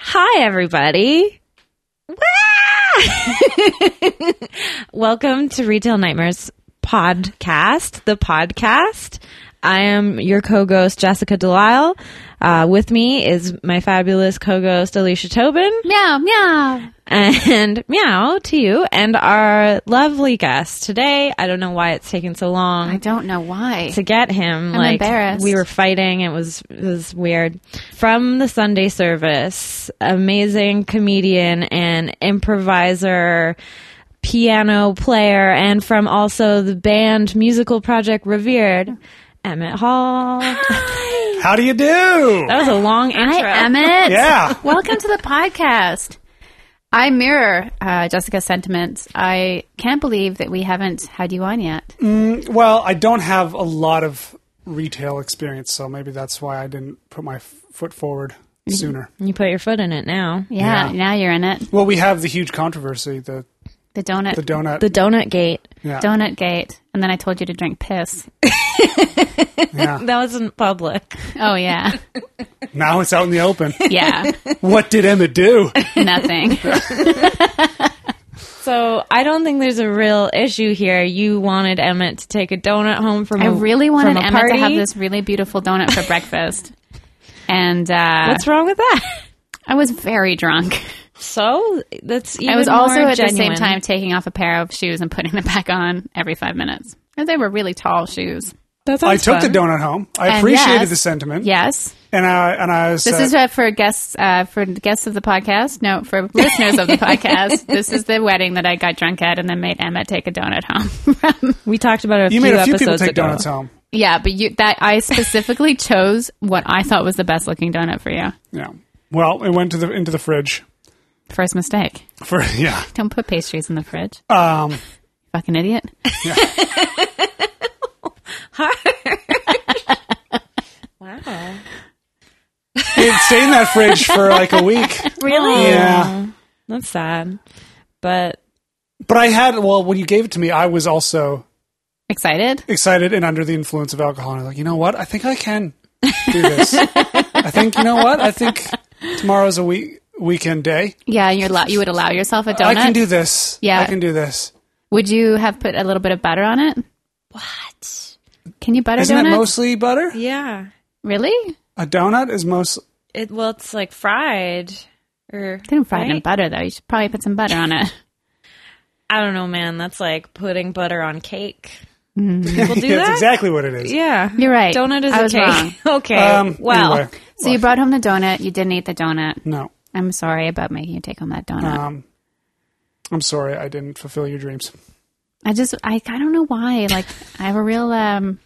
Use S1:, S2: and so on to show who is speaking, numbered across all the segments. S1: Hi, everybody. Wah! Welcome to Retail Nightmares Podcast, the podcast. I am your co ghost, Jessica Delisle. Uh, with me is my fabulous co ghost, Alicia Tobin.
S2: Meow, meow.
S1: And meow to you and our lovely guest today. I don't know why it's taken so long
S2: I don't know why.
S1: to get him.
S2: I'm
S1: like
S2: embarrassed.
S1: we were fighting. It was it was weird. From the Sunday Service, amazing comedian and improviser, piano player, and from also the band musical project Revered, Emmett Hall. that
S3: How do you do?
S1: was a long intro.
S2: Hi, Emmett.
S3: Yeah.
S2: Welcome to the podcast. I mirror uh, Jessica's sentiments. I can't believe that we haven't had you on yet.
S3: Well, I don't have a lot of retail experience, so maybe that's why I didn't put my f- foot forward sooner.
S1: you put your foot in it now.
S2: Yeah,
S3: Yeah.
S2: now you're in it.
S3: Well, we have the huge controversy, the
S2: The donut,
S3: the donut.
S1: The donut gate.
S3: yeah.
S2: donut gate, and then I told you to drink piss.
S3: yeah.
S1: That wasn't public.
S2: Oh yeah,
S3: Now it's out in the open.
S2: yeah.
S3: what did Emma do?
S2: Nothing.
S1: So I don't think there's a real issue here. You wanted Emmett to take a donut home from.
S2: I
S1: a-
S2: really wanted
S1: from a
S2: Emmett
S1: party.
S2: to have this really beautiful donut for breakfast, and uh,
S1: What's wrong with that?
S2: I was very drunk.
S1: So that's even
S2: I was also
S1: more
S2: at the same
S1: genuine.
S2: time taking off a pair of shoes and putting them back on every five minutes. And they were really tall shoes.
S1: That sounds
S3: I took
S1: fun.
S3: the donut home. I
S2: And
S3: appreciated
S2: yes.
S3: the sentiment.
S2: Yes.
S3: And I and I was
S2: This
S3: uh,
S2: is uh, for guests uh, for guests of the podcast. No, for listeners of the podcast. This is the wedding that I got drunk at and then made Emma take a donut home.
S1: We talked about it. A few
S3: you made a few people
S1: episodes
S3: take
S1: ago.
S3: donuts home.
S2: yeah, but you that I specifically chose what I thought was the best looking donut for you.
S3: Yeah. Well, it went to the into the fridge
S2: First mistake.
S3: for yeah.
S2: Don't put pastries in the fridge.
S3: Um,
S2: Fucking idiot.
S1: Wow.
S3: it stayed in that fridge for like a week.
S1: Really?
S3: Yeah.
S1: That's sad. But
S3: But I had well, when you gave it to me, I was also
S2: Excited?
S3: excited and under the influence of alcohol. And I was like, you know what? I think I can do this. I think you know what? I think tomorrow's a week weekend day.
S2: Yeah, you're allo- you would allow yourself a donut.
S3: I can do this.
S2: Yeah.
S3: I can do this.
S2: Would you have put a little bit of butter on it?
S1: what?
S2: Can you butter
S3: Isn't
S2: donuts?
S3: it mostly butter?
S1: Yeah.
S2: really?
S3: A donut is most.
S1: It well, it's like fried. Or
S2: They don't fry it in
S1: right?
S2: butter though. You should probably put some butter on it.
S1: I don't know, man. That's like putting butter on cake. Do people do
S3: That's
S1: that?
S3: exactly what it is.
S1: Yeah.
S2: You're right.
S1: Donut is
S2: I
S1: a
S2: was
S1: cake.
S2: wrong.
S1: okay.
S3: Um,
S1: well,
S3: anyway,
S2: So you brought home the donut. You didn't eat the donut.
S3: no.
S2: I'm sorry about making you take home that donut.
S3: Um, I'm sorry, I didn't fulfill your dreams.
S2: I just I, I don't know why. Like I have a real um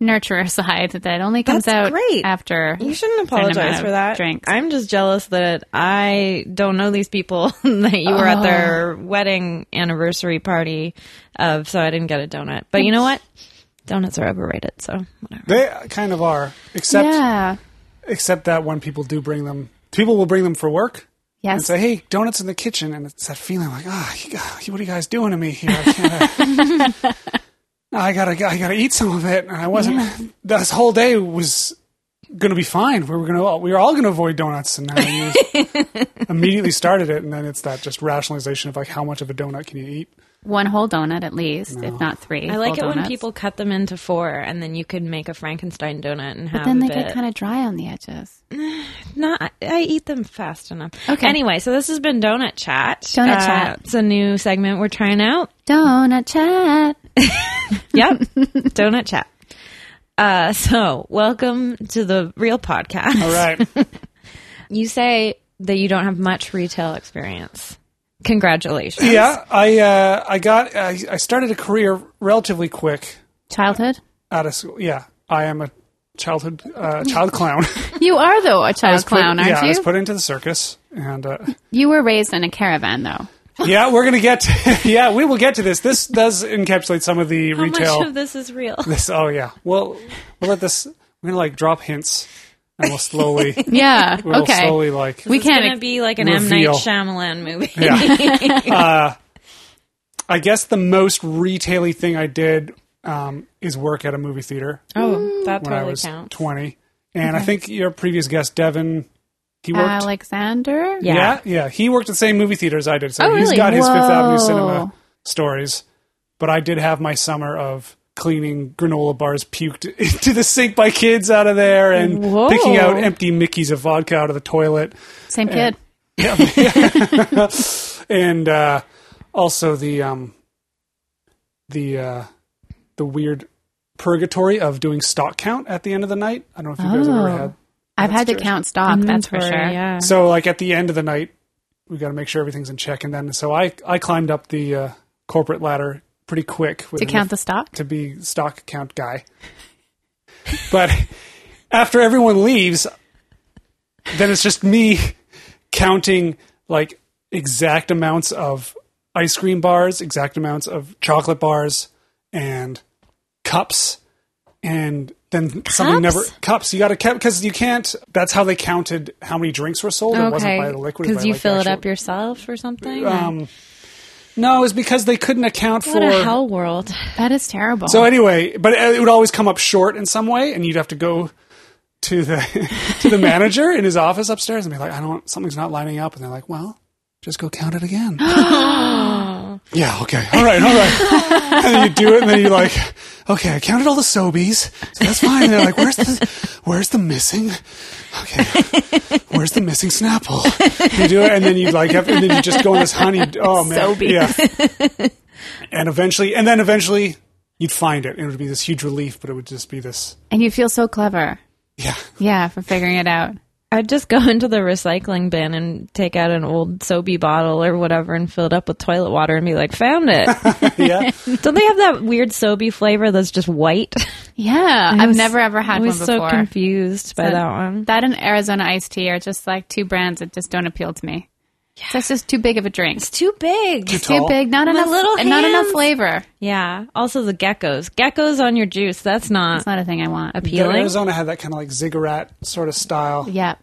S2: nurturer side that only comes
S1: That's
S2: out
S1: great.
S2: after.
S1: You shouldn't
S2: a certain
S1: apologize
S2: amount
S1: for
S2: of
S1: that.
S2: Drinks.
S1: I'm just jealous that I don't know these people that you were at their wedding anniversary party of, so I didn't get a donut. But you know what? Donuts are overrated, so whatever.
S3: They kind of are, except
S2: yeah.
S3: except that when people do bring them, people will bring them for work. and
S2: Yes.
S3: say, "Hey, donuts in the kitchen," and it's that feeling like, "Ah, oh, what are you guys doing to me here? I can't." uh, I gotta, I gotta eat some of it, and I wasn't. This whole day was gonna be fine. We were gonna, we were all gonna avoid donuts, and then you just immediately started it, and then it's that just rationalization of like, how much of a donut can you eat?
S2: One whole donut at least, if not three.
S1: I like it
S2: full
S1: when
S2: donuts.
S1: people cut them into four, and then you can make a Frankenstein donut and have
S2: Then
S1: a
S2: they
S1: bit.
S2: get kind of dry on the edges.
S1: No, I, I eat them fast enough.
S2: Okay.
S1: Anyway, so this has been Donut Chat. Uh,
S2: Donut Chat.
S1: It's a new segment we're trying out.
S2: Donut chat.
S1: Yep. Donut Chat. Uh, so welcome to the real podcast.
S3: All right,
S1: You say that you don't have much retail experience. Congratulations.
S3: yeah, I, uh, I got, I, I started a career relatively quick
S2: Childhood.
S3: out of school. Yeah, I am a childhood uh, child clown.
S2: You are though a child clown, aren't
S3: yeah, I
S2: you?
S3: was put into the circus, and. Uh,
S2: You were raised in a caravan, though.
S3: yeah, we're gonna get. yeah, we will get to this. This does encapsulate some of the
S1: How
S3: retail.
S1: much of this is real?
S3: this, oh yeah. Well, we'll let this. We're gonna like drop hints and we'll slowly,
S2: Yeah.
S3: we'll
S2: okay.
S3: slowly like,
S2: we
S1: It's going
S2: can't.
S1: to
S2: ex-
S1: be like an
S3: reveal.
S1: M. Night Shyamalan movie.
S3: yeah. uh, I guess the most retaily thing I did um, is work at a movie theater
S1: oh, that
S3: when I
S1: totally
S3: was
S1: counts.
S3: twenty, and I think your previous guest Devin, he worked.
S2: Uh, Alexander.
S1: Yeah.
S3: yeah, yeah, he worked at the same movie theater as I did, so
S2: Oh,
S3: he's
S2: really?
S3: got his Fifth Avenue
S2: Whoa.
S3: cinema stories. But I did have my summer of cleaning granola bars puked into the sink by kids out of there and
S1: Whoa.
S3: picking out empty Mickeys of vodka out of the toilet.
S2: Same kid.
S3: and uh, also the um, the uh, the weird purgatory of doing stock count at the end of the night. I don't know if you guys have ever
S2: Oh.
S3: had.
S2: I've had to count stock. That's for sure.
S1: Inventory, Yeah.
S3: So like at the end of the night, we got to make sure everything's in check, and then so I I climbed up the uh, corporate ladder pretty quick
S2: To count the stock.
S3: to be stock count guy. But after everyone leaves, then it's just me counting like exact amounts of ice cream bars, exact amounts of chocolate bars, and cups, and then something never cups. You got to count because you can't. That's how they counted how many drinks were sold. It wasn't by
S1: okay.
S3: the liquid. it
S1: Because
S3: was by,
S1: you
S3: like,
S1: fill it
S3: actual-
S1: up yourself or something.
S3: Um, no, it was because they couldn't account
S1: what
S3: for
S1: a hell world.
S2: That is terrible.
S3: so anyway, but it would always come up short in some way, and you'd have to go to the to the manager in his office upstairs and be like, "I don't, something's not lining up," and they're like, "Well, just go count it again." yeah, okay, all right, all right. and then you do it, and then you're like, "Okay, I counted all the sobies, so that's fine." And they're like, "Where's the where's the missing?" Okay, where's the missing Snapple? You do it, and then you like, have, and then you just go in this honey. Oh man,
S2: Sobeys.
S3: yeah and eventually and then eventually you'd find it and it would be this huge relief but it would just be this
S2: and you feel so clever.
S3: yeah
S2: Yeah, for figuring it out.
S1: I'd just go into the recycling bin and take out an old soapy bottle or whatever and fill it up with toilet water and be like, found it.
S3: yeah
S1: Don't they have that weird soapy flavor that's just white?
S2: Yeah, I've never ever
S1: I
S2: had one
S1: was so
S2: before.
S1: confused by that one.
S2: That and Arizona iced tea are just like two brands that just don't appeal to me. That's just too big of a drink.
S1: It's too big.
S3: Too
S2: Too
S3: tall.
S2: big, not enough,
S1: little
S2: and not enough
S1: hands.
S2: flavor.
S1: Yeah. Also the geckos. Geckos on your juice. That's not
S2: It's not a thing I want.
S1: appealing.
S3: arizona had that kind of like ziggurat sort of style
S2: Yeah,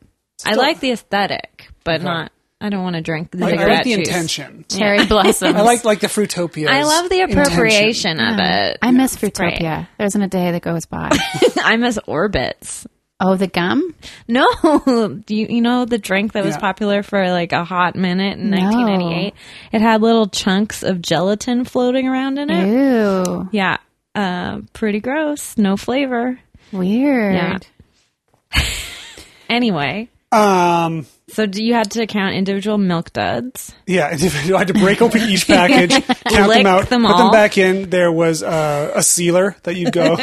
S1: I like the aesthetic, but not. I don't want to drink the
S3: i, I
S1: cigarette
S3: like the
S1: juice.
S3: intention
S2: cherry blossoms.
S3: i like like the fruitopia
S1: I love the appropriation of it.
S2: I miss
S1: great.
S2: Fruitopia. There isn't a day that goes by.
S1: I miss orbits.
S2: oh, the gum.
S1: No, Do you, you know the drink that was
S3: Yeah.
S1: popular for like a hot minute in
S2: No.
S1: 1998. It had little chunks of gelatin floating around in it.
S2: Ew,
S1: Yeah, uh, pretty gross. No flavor.
S2: weird.
S1: Yeah. Anyway,
S3: um
S1: so do you had to count individual milk duds?
S3: yeah and if- i had to break open each package count
S1: Lick
S3: them out
S1: them
S3: put
S1: all.
S3: them back in there was uh, a sealer that you'd go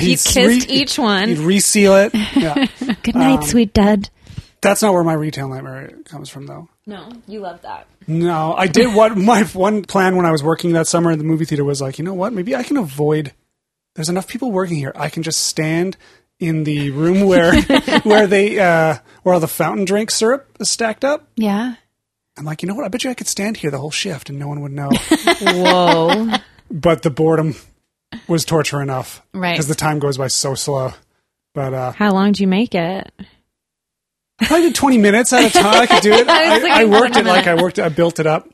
S1: You kissed each
S3: you'd
S1: one.
S3: reseal it yeah
S1: Good night, sweet dud.
S3: that's not where my retail nightmare comes from though
S1: No, you love that.
S3: No, I did what my one plan when I was working that summer in the movie theater was like, you know what? Maybe I can avoid. There's enough people working here. I can just stand in the room where where they uh, where all the fountain drink syrup is stacked up.
S2: Yeah.
S3: I'm like, you know what? I bet you I could stand here the whole shift and no one would know.
S1: Whoa.
S3: but the boredom was torture enough,
S2: Right.
S3: Because the time goes by so slow. But uh,
S1: How long did you make it?
S3: I probably did 20 minutes at a time. I could do it.
S1: was
S3: I,
S1: thinking
S3: I worked
S1: 20
S3: it like I worked. I built it up.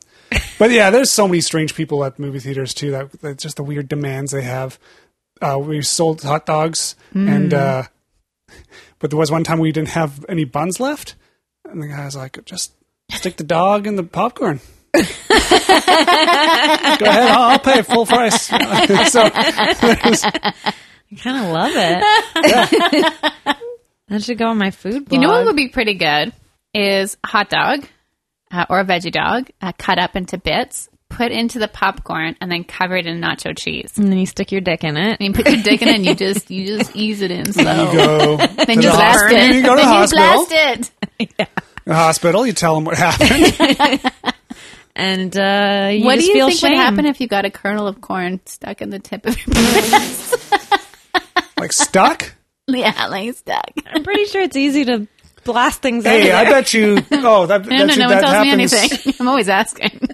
S3: But yeah, there's so many strange people at movie theaters too. That, that just the weird demands they have. Uh, we sold hot dogs,
S2: Hmm.
S3: and uh, but there was one time we didn't have any buns left, and the guy was like, "Just stick the dog in the popcorn." Go ahead, I'll, I'll pay full price. so
S1: I kind of love it. that should go on my food blog.
S2: You know what would be pretty good is a hot dog uh, or a veggie dog uh, cut up into bits, put into the popcorn, and then covered in nacho cheese.
S1: and then you stick your dick in it.
S2: And you put your dick in it and you just you just ease it in
S3: you
S2: slow.
S3: go.
S2: Oh. Then
S3: to
S2: you
S3: the
S2: blast
S3: hospital.
S2: it.
S3: You go to the
S2: then you
S3: hospital.
S2: blast it.
S3: The hospital. You tell them what happened.
S1: And uh, you
S2: what do
S1: just
S2: you
S1: feel
S2: think
S1: shame.
S2: would happen if you got a kernel of corn stuck in the tip of your penis?
S3: like stuck.
S2: yeah, like stuck.
S1: I'm pretty sure it's easy to blast things out. of
S3: Hey, I
S1: there.
S3: bet you. Oh, that,
S2: No, no,
S3: that,
S2: no one
S3: that
S2: tells me
S3: happens.
S2: anything. I'm always asking.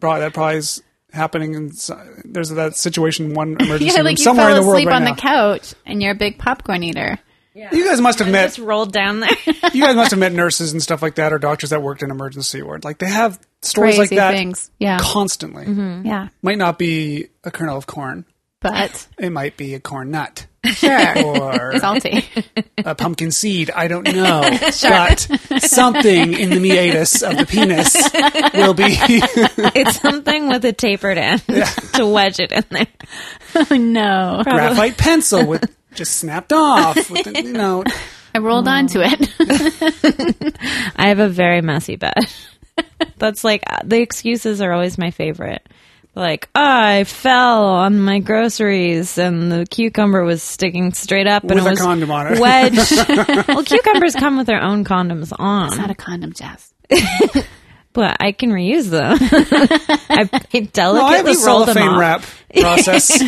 S3: Probably, that probably is happening. In, s- there's that situation, one emergency
S2: yeah,
S3: room
S2: like you
S3: somewhere
S2: fell
S3: in the world
S2: asleep
S3: right
S2: on
S3: now.
S2: the couch and you're a big popcorn eater.
S3: You guys must have met
S1: Just rolled down there.
S3: you guys must have met nurses and stuff like that or doctors that worked in emergency ward. Like they have stories
S2: Crazy Mm-hmm.
S3: like that
S2: things. Yeah.
S3: constantly.
S2: Yeah.
S3: Might not be a kernel of corn.
S2: But
S3: It might be a corn nut
S2: sure.
S3: or
S2: Salty.
S3: a pumpkin seed. I don't know. But something in the meatus of the penis will be
S1: it's something with a tapered end to wedge it in there.
S2: oh, no.
S3: graphite pencil with just snapped off. With the, you know,
S2: I rolled onto it.
S1: I have a very messy bed. That's like uh, the excuses are always my favorite. Like, oh, I fell on my groceries and the cucumber was sticking straight up and
S3: With
S1: it
S3: a
S1: was
S3: condom on it.
S1: wedged. well, cucumbers come with their own condoms on,
S2: Not a condom, Jess.
S1: but I can reuse them. I, I delicately
S3: well, I have a
S1: roll them
S3: cellophane
S1: off.
S3: wrap process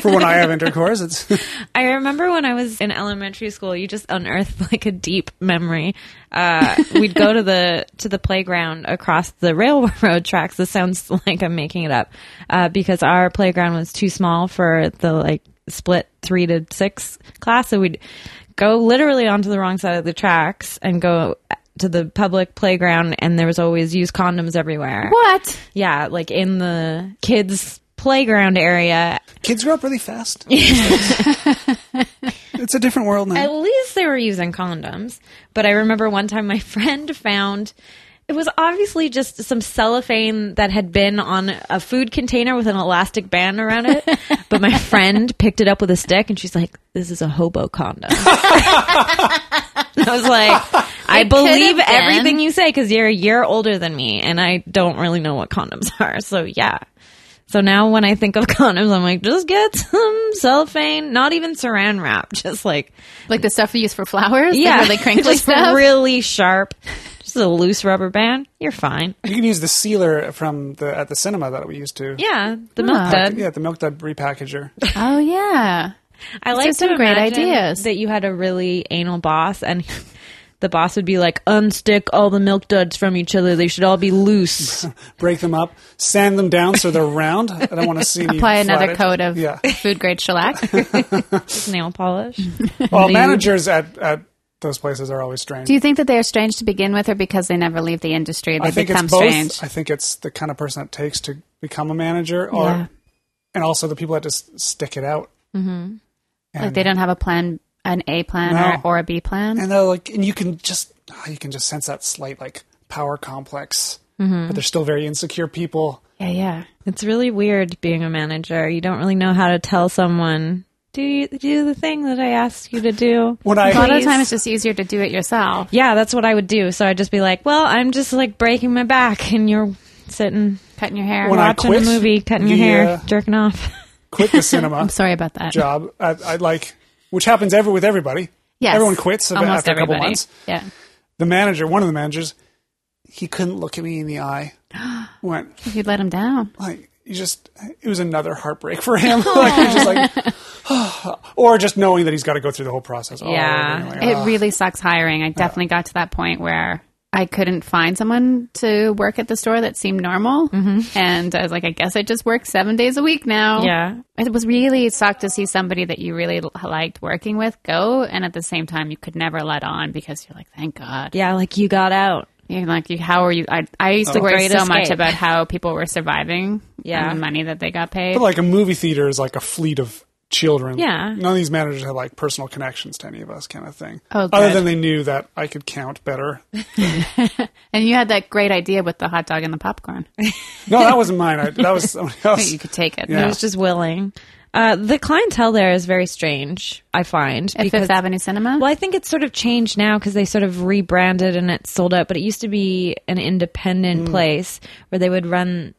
S3: for when I have intercourse. It's
S1: I remember when I was in elementary school, you just unearth like a deep memory. Uh, we'd go to the to the playground across the railroad tracks. This sounds like I'm making it up uh, because our playground was too small for the like split three to six class. So we'd go literally onto the wrong side of the tracks and go to the public playground, and there was always used condoms everywhere.
S2: What?
S1: Yeah, like in the kids playground area
S3: kids grow up really fast. it's a different world now.
S1: At least they were using condoms. But I remember one time my friend found it was obviously just some cellophane that had been on a food container with an elastic band around it. but my friend picked it up with a stick and she's like, This is a hobo condom. I was like, I believe
S2: been.
S1: everything you say because you're a year older than me and I don't really know what condoms are. So, yeah. So now when I think of condoms, I'm like, just get some cellophane, not even saran wrap, just like
S2: Like the stuff we use for flowers? The
S1: yeah,
S2: really crinkly
S1: just
S2: stuff?
S1: really sharp, just a loose rubber band. You're fine.
S3: You can use the sealer from the at the cinema that we used to.
S1: Yeah, the milk dud.
S3: Yeah, the milk dud repackager.
S2: oh, yeah.
S1: I like
S2: are some
S1: to
S2: great
S1: imagine
S2: ideas.
S1: that you had a really anal boss and. The boss would be like, unstick all the milk duds from each other. They should all be loose.
S3: Break them up, sand them down so they're round. I don't want to see any
S2: Apply another
S3: flatted-
S2: coat of
S3: Yeah.
S2: food grade shellac.
S1: Just nail polish.
S3: Well, managers at at those places are always strange.
S2: Do you think that they are strange to begin with, or because they never leave the industry, they
S3: I think it's
S2: become
S3: both.
S2: strange?
S3: I think it's the kind of person it takes to become a manager, or
S2: Yeah.
S3: and also the people that just stick it out. Mm-hmm.
S2: Like
S3: And,
S2: they don't have a plan, an A plan
S3: No.
S2: or, or a B plan.
S3: and they're like, and you can just ah, you can just sense that slight like power complex,
S2: Mm-hmm.
S3: but they're still very insecure people.
S2: yeah, yeah.
S1: It's really weird being a manager. You don't really know how to tell someone, do you do the thing that I asked you to do?
S3: When
S2: A lot
S3: I
S2: of the time, it's just easier to do it yourself.
S1: Yeah, that's what I would do. So I'd just be like, well, I'm just like breaking my back and you're sitting
S2: Cutting your hair.
S3: When I-
S1: watching
S3: quit
S1: a movie, cutting your
S3: the,
S1: hair,
S3: uh,
S1: jerking off.
S3: quit the cinema,
S2: I'm sorry about that.
S3: job. I, I like, which happens every with everybody.
S2: Yes.
S3: everyone quits about,
S2: Almost
S3: after a couple
S2: everybody.
S3: months.
S2: Yeah.
S3: The manager, one of the managers, he couldn't look at me in the eye. Went
S2: If you'd let them down.
S3: like you just. It was another heartbreak for him. like he was just like, or just knowing that he's got to go through the whole process. Oh, all
S1: Yeah.
S3: over again, like,
S2: It really sucks hiring. I definitely got to that point where I couldn't find someone to work at the store that seemed normal.
S3: Mm-hmm.
S2: And I was like, I guess I just work seven days a week now.
S1: Yeah.
S2: It was really sucked to see somebody that you really l- liked working with go. And at the same time, you could never let on because you're like, thank God.
S1: Yeah, like you got out.
S2: You're like, you, how are you? I, I
S3: Oh.
S2: used to worry
S1: Great
S2: so much
S1: escape.
S2: about how people were surviving
S1: Yeah.
S2: and the money that they got paid.
S3: But like a movie theater is like a fleet of children.
S1: Yeah.
S3: None of these managers had like personal connections to any of us kind of thing.
S2: Oh,
S3: Other
S2: good.
S3: than they knew that I could count better.
S2: And you had that great idea with the hot dog and the popcorn.
S3: No, that wasn't mine. I, that was somebody else.
S2: you could take it.
S1: I
S3: Yeah.
S1: was just willing. Uh, the clientele there is very strange, I find.
S2: At Fifth Avenue Cinema?
S1: well, I think it's sort of changed now because they sort of rebranded and it's sold out, but it used to be an independent
S2: Mm.
S1: place where they would run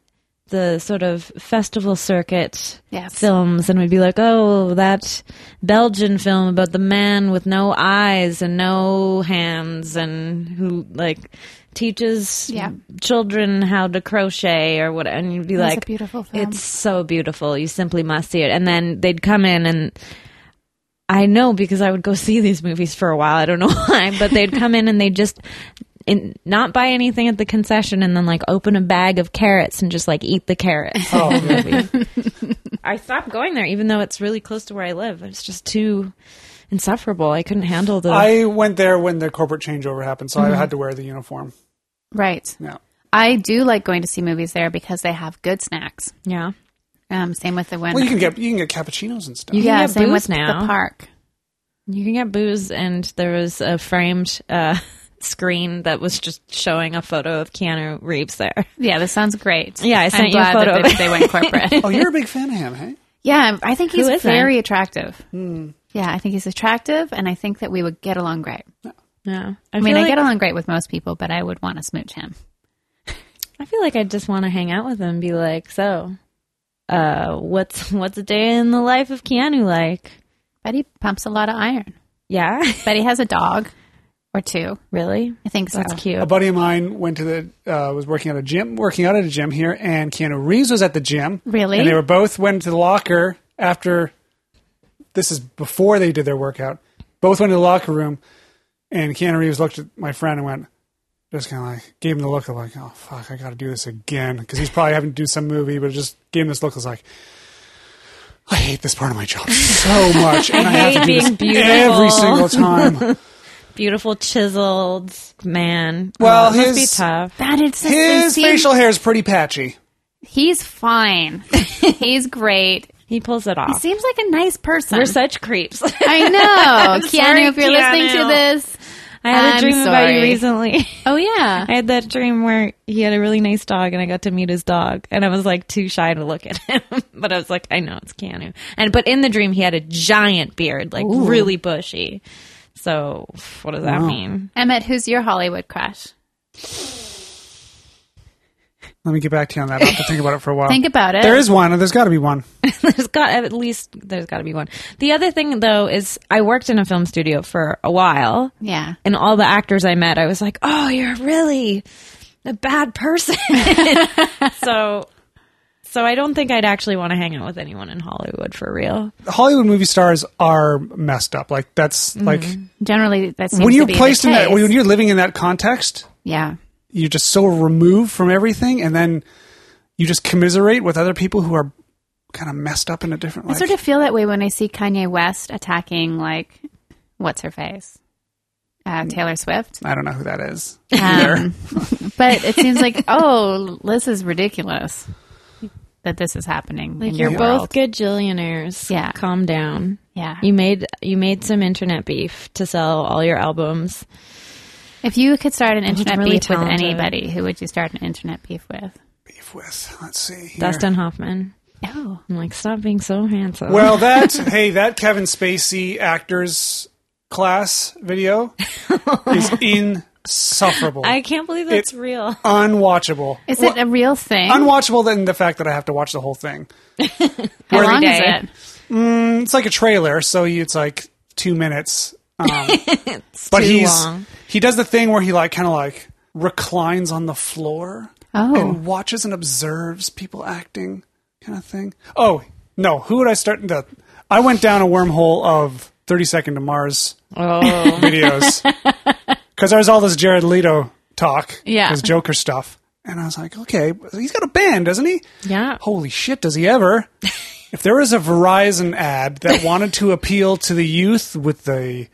S1: the sort of festival circuit
S2: Yes.
S1: films and we'd be like, oh, that Belgian film about the man with no eyes and no hands and who like teaches
S2: Yeah.
S1: children how to crochet or what and you'd be
S2: That's a
S1: like
S2: beautiful film.
S1: it's so beautiful you simply must see it and then they'd come in and I know because I would go see these movies for a while. I don't know why, but they'd come in and they'd just in, not buy anything at the concession and then like open a bag of carrots and just like eat the carrots.
S3: Oh, yeah.
S1: I stopped going there even though it's really close to where I live. It's just too insufferable. I couldn't handle the.
S3: I went there when the corporate changeover happened, so
S2: Mm-hmm.
S3: I had to wear the uniform.
S2: Right.
S3: Yeah.
S2: I do like going to see movies there because they have good snacks.
S1: yeah.
S2: Um, same with the when
S3: Well, you can get you can get cappuccinos and stuff.
S1: You-
S2: yeah,
S1: can get
S2: same
S1: booze
S2: with
S1: now.
S2: the park.
S1: You can get booze, and there was a framed uh, screen that was just showing a photo of Keanu Reeves there.
S2: Yeah, this sounds great.
S1: Yeah, I sent
S2: am
S1: you a
S2: glad
S1: photo
S2: That
S1: of
S2: they, they went corporate.
S3: oh, you're a big fan of him, hey?
S2: yeah, I'm- I think
S1: Who
S2: he's
S1: isn't?
S2: very attractive. Yeah, I think he's attractive, and I think that we would get along great.
S1: Yeah,
S2: I, mean,
S1: feel
S2: I
S1: like-
S2: get along great with most people, but I would want to smooch him.
S1: I feel like I just want to hang out with him and be like, so, uh, what's what's a day in the life of Keanu like?
S2: But he pumps a lot of iron.
S1: Yeah,
S2: But he has a dog or two.
S1: really,
S2: I think so.
S1: that's
S3: A
S1: cute.
S3: buddy of mine went to the uh, was working at a gym, working out at a gym here, and Keanu Reeves was at the gym.
S2: Really?
S3: And they were both went to the locker after. This is before they did their workout. Both went to the locker room, and Keanu Reeves looked at my friend and went, just kind of like gave him the look of like, oh fuck, I got to do this again because he's probably having to do some movie, but just gave him this look was like. I hate this part of my job so much, and I, have
S1: hate
S3: to do this
S1: being
S3: every
S1: beautiful.
S3: single time.
S1: Beautiful chiseled man.
S3: Well,
S1: oh, it must be
S3: his-
S1: tough.
S2: That is just- they
S3: His
S2: seem-
S3: facial hair is pretty patchy.
S2: He's fine. he's great.
S1: He pulls it
S2: He
S1: off.
S2: seems like a nice person.
S1: We're such creeps.
S2: I know. Keanu,
S1: sorry,
S2: if you're listening to
S1: Keanu.
S2: this.
S1: I had a
S2: I'm
S1: dream about you
S2: sorry.
S1: recently.
S2: Oh, yeah.
S1: I had that dream where he had a really nice dog, and I got to meet his dog, and I was like too shy to look at him, but I was like, I know it's Keanu. And but in the dream, he had a giant beard, like really bushy. So what does that mean?
S2: Emmett, who's your Hollywood crush?
S3: Let me get back to you on that. I have to think about it for a while.
S2: Think about it.
S3: There is one. There's got to be one.
S1: there's got at least there's got to be one. The other thing though is I worked in a film studio for a while,
S2: yeah.
S1: and all the actors I met, I was like, oh, you're really a bad person. so. So I don't think I'd actually want to hang out with anyone in Hollywood for real.
S3: Hollywood movie stars are messed up. Like that's like
S2: Generally, that seems
S3: when
S2: Mm-hmm. to
S3: you're
S2: be the
S3: placed in that
S2: case.
S3: when you're living in that context,
S2: yeah.
S3: you're just so removed from everything, and then you just commiserate with other people who are kind of messed up in a different
S2: I
S3: way.
S2: sort of feel that way when I see Kanye West attacking, like, what's her face?
S3: Mm.
S2: Uh, Taylor Swift.
S3: I don't know who that is.
S2: Um, but it seems like, oh, this is ridiculous that this is happening.
S1: Like
S2: in
S1: you're
S2: your
S1: both
S2: world.
S1: good gillionaires.
S2: Yeah.
S1: Calm down.
S2: Yeah.
S1: You made you made some internet beef to sell all your albums.
S2: If you could start an internet
S1: really
S2: beef with
S1: talented.
S2: anybody, who would you start an internet beef with?
S3: Beef with. Let's see. here.
S1: Dustin Hoffman.
S2: Oh,
S1: I'm like, stop being so handsome.
S3: Well, that hey, that Kevin Spacey actors class video is insufferable.
S1: I can't believe that's
S3: It-
S1: real.
S3: unwatchable.
S2: is
S3: Well,
S2: it a real thing?
S3: unwatchable than the fact that I have to watch the whole thing.
S2: How
S1: Every
S2: long
S1: day.
S2: is it?
S3: It's like a trailer, so you, it's like two minutes. Um, but
S1: too
S3: he's
S1: long.
S3: he does the thing where he like kind of like reclines on the floor
S2: Oh.
S3: and watches and observes people acting, kind of thing. Oh no, who would I start? The I went down a wormhole of Thirty Second to Mars
S1: Oh,
S3: videos because there was all this Jared Leto talk,
S2: Yeah.
S3: his Joker stuff, and I was like, okay, he's got a band, doesn't he?
S1: yeah.
S3: Holy shit, does he ever? If there was a Verizon ad that wanted to appeal to the youth with the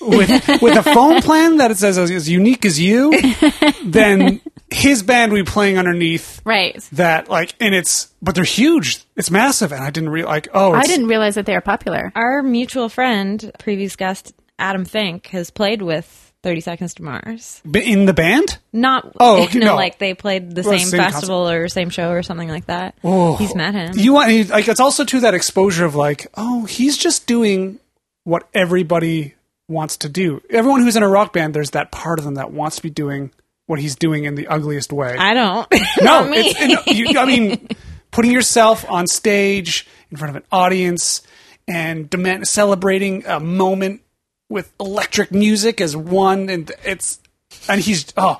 S3: with with a phone plan that it says is as unique as you, then his band would be playing underneath
S2: Right.
S3: that like and it's but they're huge. It's massive and I didn't realize like oh
S2: I
S3: it's,
S2: didn't realize that they were popular.
S1: Our mutual friend, previous guest Adam Fink, has played with Thirty Seconds to Mars.
S3: b- in the band?
S1: Not
S3: Oh, okay,
S1: no,
S3: no.
S1: like they played the
S3: Well,
S1: same,
S3: same
S1: festival or same show or something like that.
S3: Oh.
S1: He's met him.
S3: You want he- like it's also to that exposure of like oh he's just doing what everybody wants to do. Everyone who's in a rock band, there's that part of them that wants to be doing what he's doing in the ugliest way.
S1: I don't.
S3: no,
S1: Not me.
S3: it's- no, you- I mean putting yourself on stage in front of an audience and demand, celebrating a moment with electric music as one, and it's and he's oh,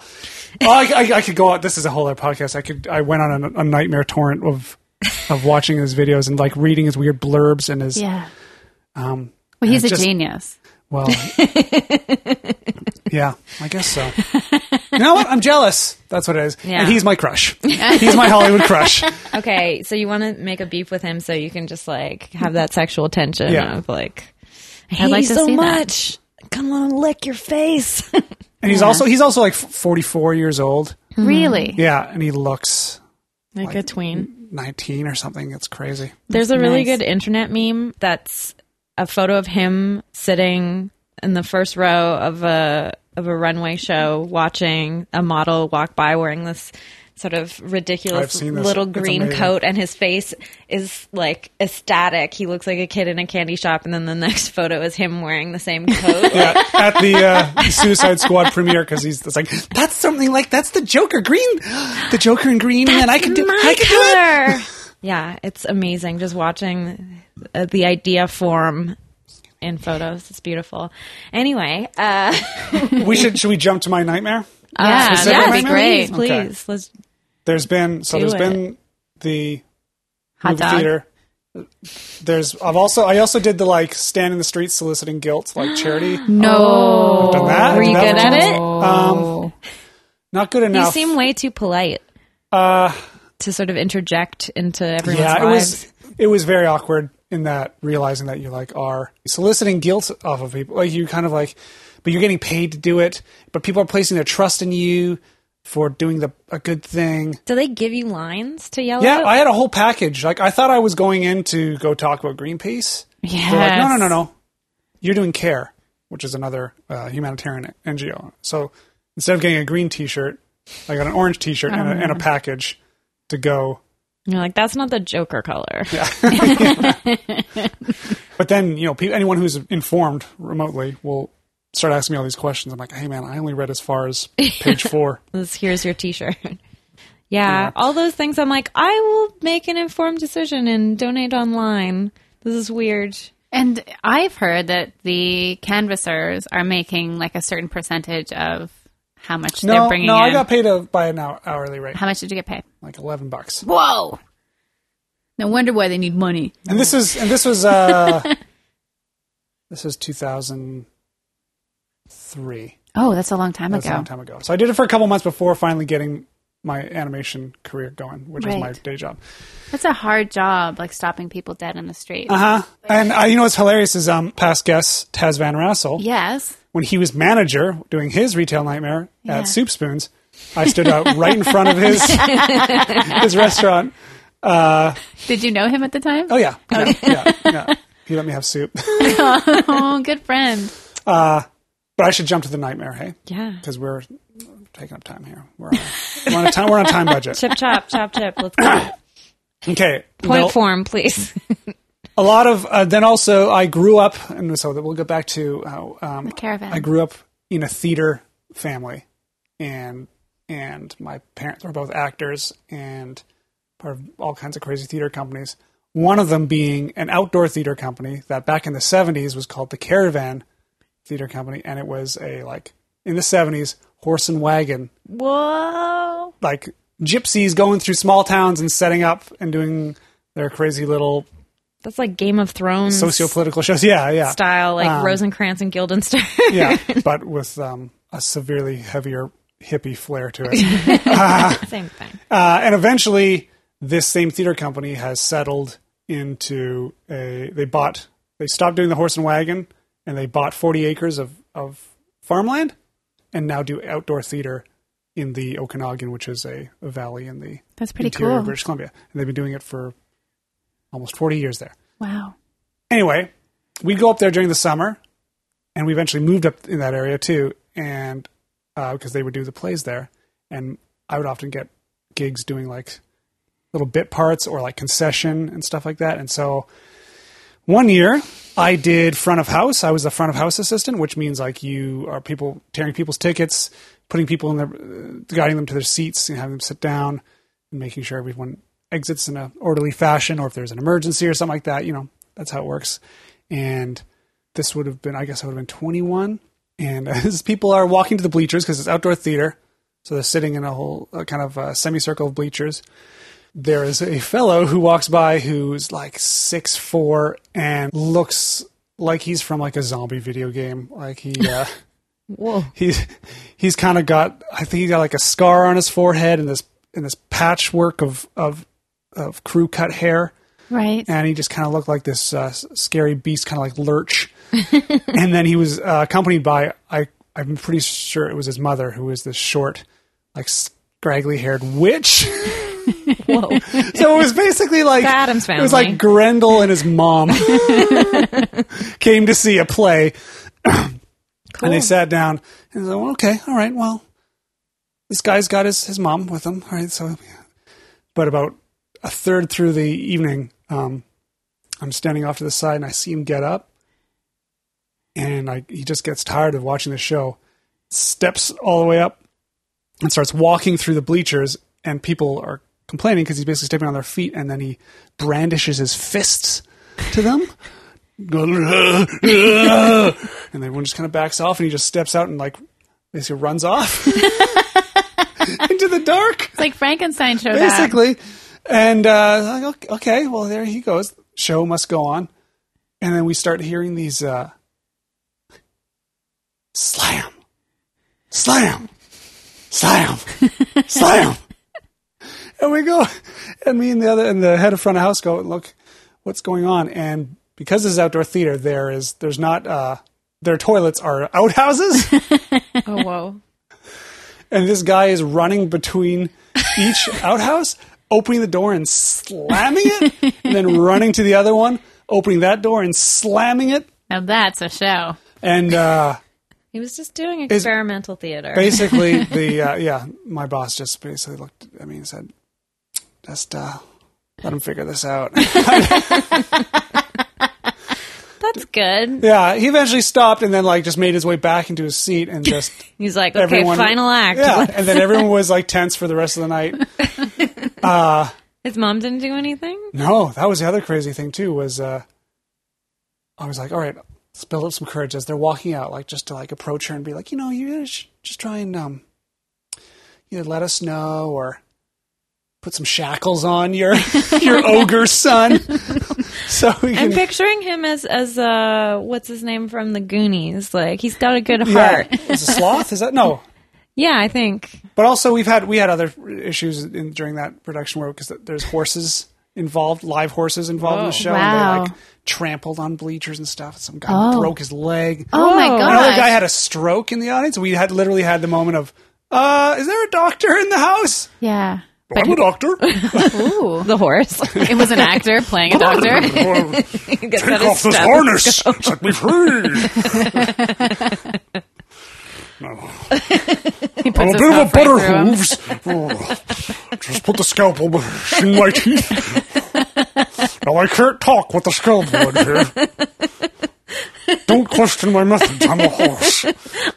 S3: oh I, I, I could go out. This is a whole other podcast. I could I went on a, a nightmare torrent of of watching his videos and like reading his weird blurbs and his
S2: Yeah.
S3: um
S2: Well, he's
S3: it
S2: a
S3: just-
S2: genius.
S3: well yeah I guess so. You know what? I'm jealous. That's what it is.
S1: Yeah.
S3: And he's my crush. he's my Hollywood crush.
S1: Okay, so you want to make a beef with him so you can just like have that sexual tension
S3: Yeah.
S1: of like, I hate
S2: like
S1: you
S2: to
S1: so
S2: see that.
S1: much. Come on, lick your face.
S3: And he's also he's also like 44 years old.
S2: Mm-hmm. Really?
S3: Yeah, and he looks
S1: like a tween.
S3: 19 or something. It's crazy.
S1: There's a really
S2: nice.
S1: good internet meme that's a photo of him sitting in the first row of a of a runway show watching a model walk by wearing this sort of
S3: I've
S1: ridiculous
S3: seen this.
S1: little
S3: It's
S1: green
S3: amazing.
S1: coat and his face is like ecstatic. He looks like a kid in a candy shop and then the next photo is him wearing the same coat.
S3: Yeah, at the uh, Suicide Squad premiere because he's it's like that's something like that's the Joker green, the Joker in green, and I can do
S1: My
S3: I can do it.
S1: color. yeah, it's amazing just watching uh, the idea form in photos. It's beautiful. Anyway, uh
S3: We should should we jump to my nightmare?
S2: Yeah,
S1: Yes,
S3: that
S1: yes,
S3: would be
S1: please,
S2: Ah, great.
S1: Please,
S3: Okay.
S1: let's
S3: There's been so
S1: Do
S3: there's
S1: it.
S3: been the
S2: Hot
S3: movie
S2: dog.
S3: theater. There's I've also I also did the like stand in the street soliciting guilt like charity.
S2: No.
S3: Done that. Um,
S1: Were you
S3: That
S1: good
S3: was
S1: at
S3: awesome.
S1: it?
S2: Oh.
S3: Not good
S1: You
S3: enough.
S1: seem way too polite
S3: uh,
S1: to sort of interject into everyone's
S3: yeah, it
S1: lives.
S3: was it was very awkward in that realizing that you like are soliciting guilt off of people. Like you kind of like, but you're getting paid to do it. But people are placing their trust in you for doing the a good thing.
S1: Do they give you lines to yell
S3: Yeah,
S1: at?
S3: I had a whole package. Like I thought I was going in to go talk about Greenpeace.
S2: Yes.
S3: They're like, no, no, no, no. You're doing CARE, which is another uh, humanitarian NGO. So instead of getting a green T-shirt, I got an orange T-shirt and, a, and a package to go.
S1: You're like, that's not the Joker color.
S3: But then you know, pe- anyone who's informed remotely will start asking me all these questions. I'm like, hey man, I only read as far as page four.
S1: This- here's your T-shirt. Yeah, all those things. I'm like, I will make an informed decision and donate online. This is weird.
S2: And I've heard that the canvassers are making like a certain percentage of how much
S3: no,
S2: they're bringing
S3: no,
S2: in.
S3: I got paid a, by an hour, hourly rate,
S2: how much did you get paid?
S3: like eleven bucks.
S2: Whoa. No wonder why they need money.
S3: And this is and this was uh, this was 2003.
S2: Oh, that's a long time
S3: That's a
S2: ago.
S3: long time ago. So I did it for a couple months before finally getting my animation career going, which was my
S2: Right.
S3: day job.
S2: That's a hard job, like stopping people dead in the street.
S3: Uh huh. And uh, you know what's hilarious is um past guest Taz Van Rassel
S2: Yes.
S3: when he was manager doing his retail nightmare
S2: Yeah.
S3: at Soup Spoons. I stood out right in front of his his restaurant.
S2: Did you know him at the time?
S3: Oh yeah, yeah, yeah, yeah. He let me have soup.
S2: Oh, good friend.
S3: But I should jump to the nightmare, hey?
S1: Yeah.
S3: Because we're taking up time here. We're on, we're on a time. We're on a time budget.
S1: Chip chop chop chip. Let's go.
S3: Okay.
S1: Point
S3: Well,
S1: form, please.
S3: a lot of uh, then also I grew up, and so that we'll get back to how um,
S2: Caravan.
S3: I grew up in a theater family, and and my parents were both actors and part of all kinds of crazy theater companies. One of them being an outdoor theater company that back in the '70s was called the Caravan Theater Company, and it was a like in the '70s horse and wagon
S1: Whoa.
S3: like gypsies going through small towns and setting up and doing their crazy little
S1: That's like Game of Thrones
S3: socio-political shows. Yeah, yeah.
S1: style, like
S3: Um,
S1: Rosencrantz and Guildenstern.
S3: yeah, but with um, a severely heavier hippie flair to it.
S1: Same thing.
S3: Uh, and eventually, this same theater company has settled into a. They bought. They stopped doing the horse and wagon, and they bought forty acres of of farmland, and now do outdoor theater in the Okanagan, which is a, a valley in the
S2: That's pretty
S3: interior
S2: cool.
S3: of British Columbia, and they've been doing it for almost forty years there.
S2: Wow.
S3: anyway, we'd go up there during the summer, and we eventually moved up in that area too, and uh, because they would do the plays there, and I would often get gigs doing like little bit parts or like concession and stuff like that, and so one year I did front of house. I was the front of house assistant, which means like you are people tearing people's tickets, putting people in their, uh, guiding them to their seats and having them sit down and making sure everyone exits in a orderly fashion or if there's an emergency or something like that, you know, that's how it works. And this would have been, I guess I would have been 21. And as people are walking to the bleachers because it's outdoor theater. So they're sitting in a whole uh, kind of uh, semicircle of bleachers there is a fellow who walks by who's like six four and looks like he's from like a zombie video game. Like he uh,
S1: Whoa.
S3: he's he's kind of got I think he got like a scar on his forehead and this and this patchwork of of of crew cut hair.
S2: Right.
S3: and he just kind of looked like this uh, s- scary beast, kind of like Lurch. and then he was uh, accompanied by I I'm pretty sure it was his mother, who was this short, like scraggly haired witch.
S1: Whoa.
S3: so it was basically like
S1: The Addams
S3: It was
S1: Family.
S3: like Grendel and his mom came to see a play,
S1: Cool.
S3: and they sat down and they said, well, "Okay, all right, well, this guy's got his his mom with him, all right." So, but about a third through the evening, um, I'm standing off to the side and I see him get up, and I, he just gets tired of watching the show, steps all the way up, and starts walking through the bleachers, and people are complaining because he's basically stepping on their feet, and then he brandishes his fists to them. Go, "Ugh, ugh," and everyone just kind of backs off, and he just steps out and like basically runs off into the dark
S2: It's like Frankenstein showed up.
S3: basically. And uh, like, okay, okay, well, there he goes. Show must go on. And then we start hearing these uh, slam, slam, slam, slam. And we go, and me and the other, and the head of front of house go, look, what's going on? And because this is outdoor theater, there is, there's not, uh, their toilets are outhouses.
S1: Oh, whoa.
S3: and this guy is running between each outhouse, opening the door and slamming it, and then running to the other one, opening that door and slamming it.
S2: Now that's a show.
S3: And uh,
S1: He was just doing experimental theater.
S3: basically, the uh, yeah, my boss just basically looked at me and said, "Just uh, let him figure this out."
S1: That's good.
S3: yeah, he eventually stopped and then like just made his way back into his seat and just
S1: He's like, okay, final act.
S3: Yeah, and then everyone was like tense for the rest of the night.
S1: His mom didn't do anything?
S3: No, that was the other crazy thing too. Was uh, I was like, all right, let's build up some courage as they're walking out, like just to like approach her and be like, you know, you should just try and um, either let us know or put some shackles on your your ogre son, so we
S1: I'm
S3: can.
S1: picturing him as as uh what's his name from the Goonies. Like he's got a good
S3: Yeah,
S1: heart. Yeah,
S3: is a sloth? Is that no?
S1: I think.
S3: But also, we've had we had other issues in, during that production where because there's horses involved, live horses involved in the show,
S2: Oh, Wow.
S3: and they like trampled on bleachers and stuff. Some guy
S2: Oh.
S3: broke his leg.
S2: Oh my
S1: Whoa.
S2: god.
S3: Another guy had a stroke in the audience. We had literally had the moment of, uh, is there a doctor in the house?
S2: yeah.
S3: I'm a doctor.
S2: Ooh.
S1: The horse.
S2: It was an actor playing a doctor.
S1: He gets
S3: Take
S1: out his
S3: off this
S1: stuff.
S3: harness. Set me free. No.
S2: He puts
S3: I'm a
S2: his
S3: bit of a
S2: mouth right
S3: butter
S2: through 'em.
S3: hooves. Oh, just put the scalpel in my teeth. Now I can't talk with the scalpel in here. Don't question my methods. I'm a horse.